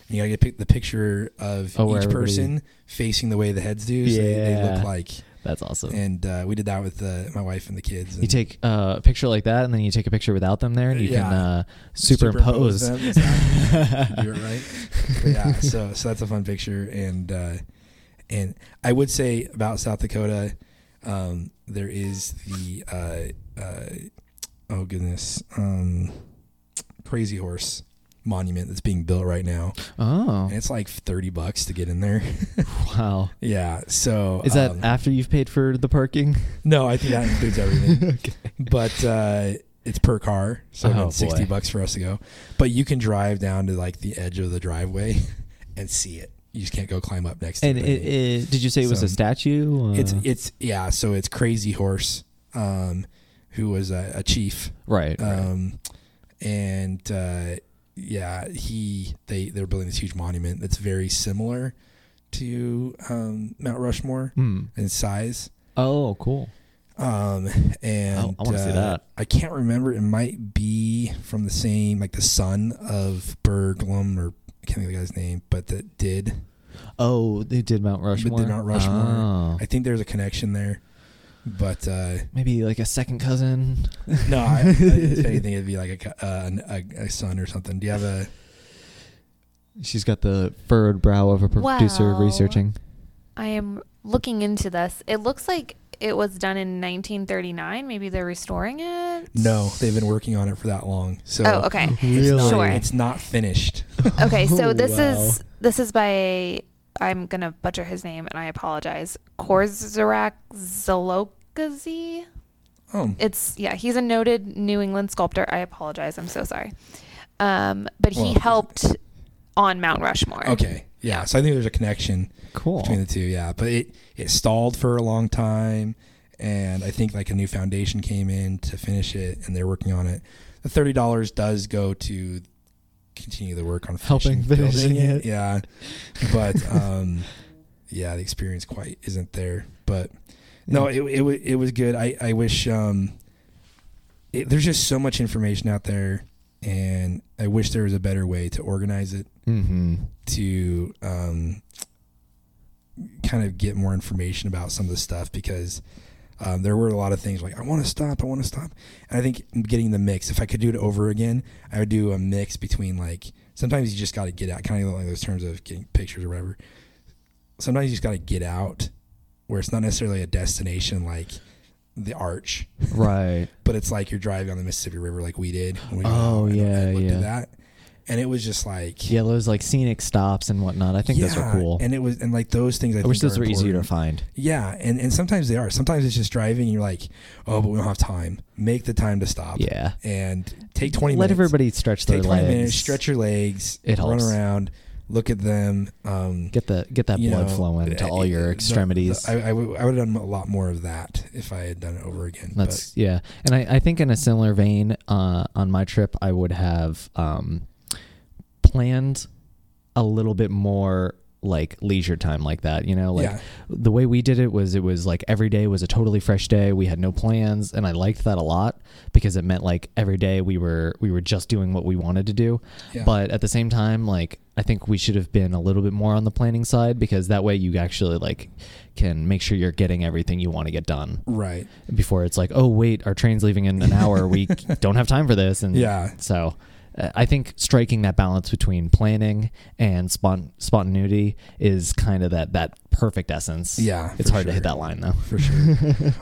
B: And you gotta get pic- the picture of
C: Oh, where
B: each
C: everybody-
B: person facing the way the heads do, so they, they
C: Yeah.
B: look like.
C: That's awesome.
B: And uh, we did that with uh, my wife and the kids.
C: you
B: and
C: take uh, a picture like that, and then you take a picture without them there, and you can
B: Yeah.
C: uh, superimpose.
B: them, exactly. do it right. But yeah. So so that's a fun picture, and uh, and I would say about South Dakota, um, there is the uh, uh, oh goodness, um, Crazy Horse monument that's being built right now,
C: Oh,
B: and it's like thirty bucks to get in there.
C: wow!
B: yeah. So
C: Is that
B: um,
C: after you've paid for the parking?
B: no? I think that includes everything.
C: okay.
B: but uh, it's per car, so
C: Oh,
B: it's sixty
C: boy.
B: bucks for us to go. But you can drive down to like the edge of the driveway and see it. You just can't go climb up next.
C: And
B: to
C: it,
B: it, I think.
C: it, did you say it was a
B: So,
C: statue? Uh,
B: it's it's yeah. So it's Crazy Horse, um, who was a, a chief,
C: right. right.
B: um, and uh, yeah, he they they're building this huge monument that's very similar to um, Mount Rushmore
C: Hmm.
B: in size.
C: Oh, cool.
B: Um, and
C: Oh, I wanna see
B: uh,
C: that.
B: I can't remember. It might be from the same, like the son of Berglum, or I can't think of the guy's name, but that did.
C: Oh, they did Mount
B: did
C: Rushmore.
B: Mount Rushmore.
C: Oh.
B: I think there's a connection there, but uh,
C: Maybe like a second cousin.
B: no, I, I, if anything, it'd be like a, co- uh, an- a, a son or something. Do you have a?
C: She's got the furrowed brow of a producer
D: Well,
C: researching.
D: I am looking into this. It looks like it was done in 1939. Maybe they're restoring it.
B: No, they've been working on it for that long. So
D: Oh, okay.
B: Eh, it's not,
D: Sure.
B: it's not finished.
D: Okay,
C: Oh,
D: so this is
C: wow.
D: this is by I'm gonna butcher his name and I apologize. Korzorak Zolokazi.
B: Oh,
D: It's yeah, he's a noted New England sculptor. I apologize. I'm so sorry. Um, but he
B: Well-
D: helped on Mount Rushmore.
B: okay, yeah. So I think there's a connection.
C: Cool.
B: between the two yeah but it it stalled for a long time and i think like a new foundation came in to finish it and they're working on it the $30 does go to continue the work on
C: Helping
B: finishing-
C: building it.
B: yeah but um yeah the experience quite isn't there but no it, it, wa- it was good i, I wish um it, there's just so much information out there and i wish there was a better way to organize it
C: Mm-hmm.
B: to um, kind of get more information about some of the stuff because um, there were a lot of things like I want to stop, I want to stop, and I think getting the mix. If I could do it over again, I would do a mix between like sometimes you just got to get out, kind of like those terms of getting pictures or whatever. Sometimes you just got to get out, where it's not necessarily a destination like the arch
C: Right.
B: but it's like you're driving on the Mississippi River like we did. When we went out
C: Oh,
B: and-
C: yeah,
B: and looked
C: yeah.
B: At that, and it was just like
C: Yeah, those like scenic stops and whatnot. I think those are
B: Yeah,
C: cool.
B: And it was and like those things. I,
C: I wish
B: think
C: those
B: are
C: were easier to
B: important.
C: find.
B: Yeah, and and sometimes they are. Sometimes it's just driving. And you're like, oh, but we don't have time. Make the time to stop.
C: Yeah.
B: and take twenty.
C: Let
B: minutes.
C: everybody stretch their
B: take twenty
C: legs.
B: minutes. Stretch your legs.
C: It helps.
B: Run around. Look at them. Um,
C: Get the get that
B: you
C: blood
B: know,
C: flowing to
B: uh,
C: all
B: the-
C: your
B: the-
C: extremities.
B: I, I would have done a lot more of that if I had done it over again.
C: That's yeah, and I, I think in a similar vein, uh, on my trip, I would have um, planned a little bit more like leisure time like that. You know, like
B: Yeah.
C: the way we did it was it was like every day was a totally fresh day. We had no plans, and I liked that a lot because it meant like every day we were we were just doing what we wanted to do.
B: Yeah.
C: But at the same time, like I think we should have been a little bit more on the planning side because that way you actually like can make sure you're getting everything you want to get done
B: but, right.
C: before it's like, oh wait, our train's leaving in an hour. We don't have time for this. And
B: Yeah.
C: so uh, I think striking that balance between planning and spont- spontaneity is kind of that that perfect essence.
B: Yeah,
C: it's
B: for
C: hard to hit
B: sure.
C: that line though.
B: for sure.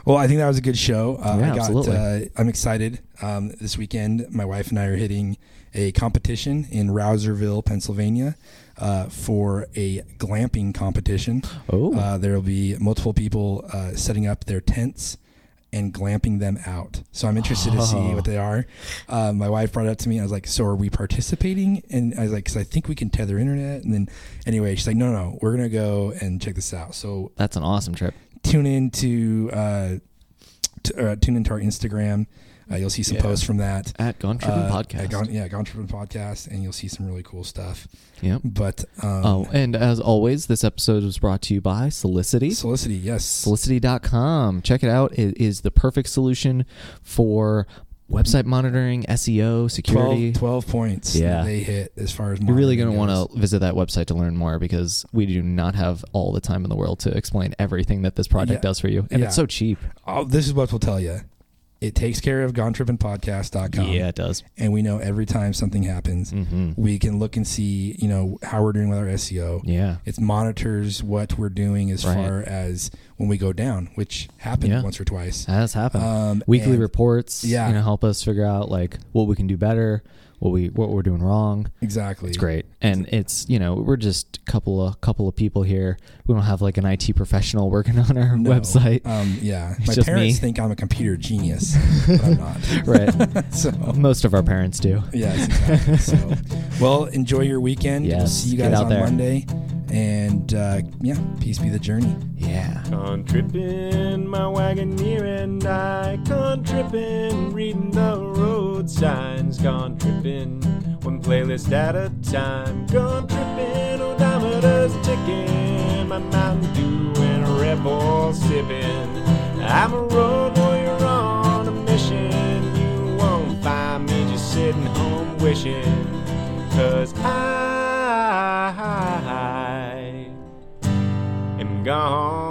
B: well, I think that was a good show. Uh,
C: Yeah,
B: I got,
C: absolutely.
B: Uh, I'm excited. Um, this weekend, my wife and I are hitting a competition in Rouserville, Pennsylvania, uh, for a glamping competition.
C: Oh.
B: Uh, there will be multiple people uh, setting up their tents and glamping them out. So I'm interested to see
C: Oh.
B: what they are. Uh, my wife brought it up to me. I was like, "So are we participating?" And I was like, "Cause I think we can tether internet." And then, anyway, she's like, "No, no, no. we're gonna go and check this out." So
C: That's an awesome trip.
B: tune in to uh, t- uh, tune into our Instagram. Uh, you'll see some
C: Yeah.
B: posts from that
C: At Gone Trippin'
B: Uh,
C: Podcast.
B: At Gone, yeah, Gone Trippin' Podcast, and you'll see some really cool stuff.
C: yep.
B: But um,
C: Oh, and as always, this episode was brought to you by Solicity.
B: Solicity, yes,
C: Solicity.com. Check it out. It is the perfect solution for website monitoring, SEO,
B: 12,
C: security.
B: 12 points.
C: Yeah.
B: that they hit as far as
C: You're really going
B: monitoring
C: to
B: goes.
C: want to visit that website to learn more because we do not have all the time in the world to explain everything that this project
B: Yeah.
C: does for you. And it's
B: Yeah.
C: so cheap.
B: Oh, this is what we'll tell you. It takes care of GoneTrippinPodcast.com.
C: Yeah, it does.
B: and we know every time something happens,
C: hmm
B: we can look and see, you know, how we're doing with our E SEO.
C: Yeah.
B: it monitors what we're doing as
C: Right.
B: far as when we go down, which happened
C: Yeah.
B: once or twice.
C: That has happened.
B: Um,
C: Weekly
B: and-
C: reports,
B: Yeah.
C: you know, help us figure out like what we can do better, what we what we're doing wrong.
B: Exactly.
C: It's great, and it's you know we're just a couple of couple of people here. We don't have like an IT professional working on our
B: No.
C: website,
B: Um, yeah.
C: It's
B: My
C: just
B: parents
C: me.
B: think I'm a computer genius, but I'm not.
C: right?
B: So,
C: Most of our parents do.
B: yes, exactly. So, well, enjoy your weekend. We'll
C: Yes,
B: see you
C: get
B: guys
C: out
B: on
C: there.
B: Monday. And uh, yeah, peace be the journey.
C: Yeah.
A: Con trippin', my wagoneer and I. Con trippin', reading the road signs. Gone trippin', one place. playlist at a time. Gone tripping, odometers ticking, my Mountain Dew and a Red Bull sipping. I'm a road warrior on a mission. You won't find me just sitting home wishing, cause I am gone.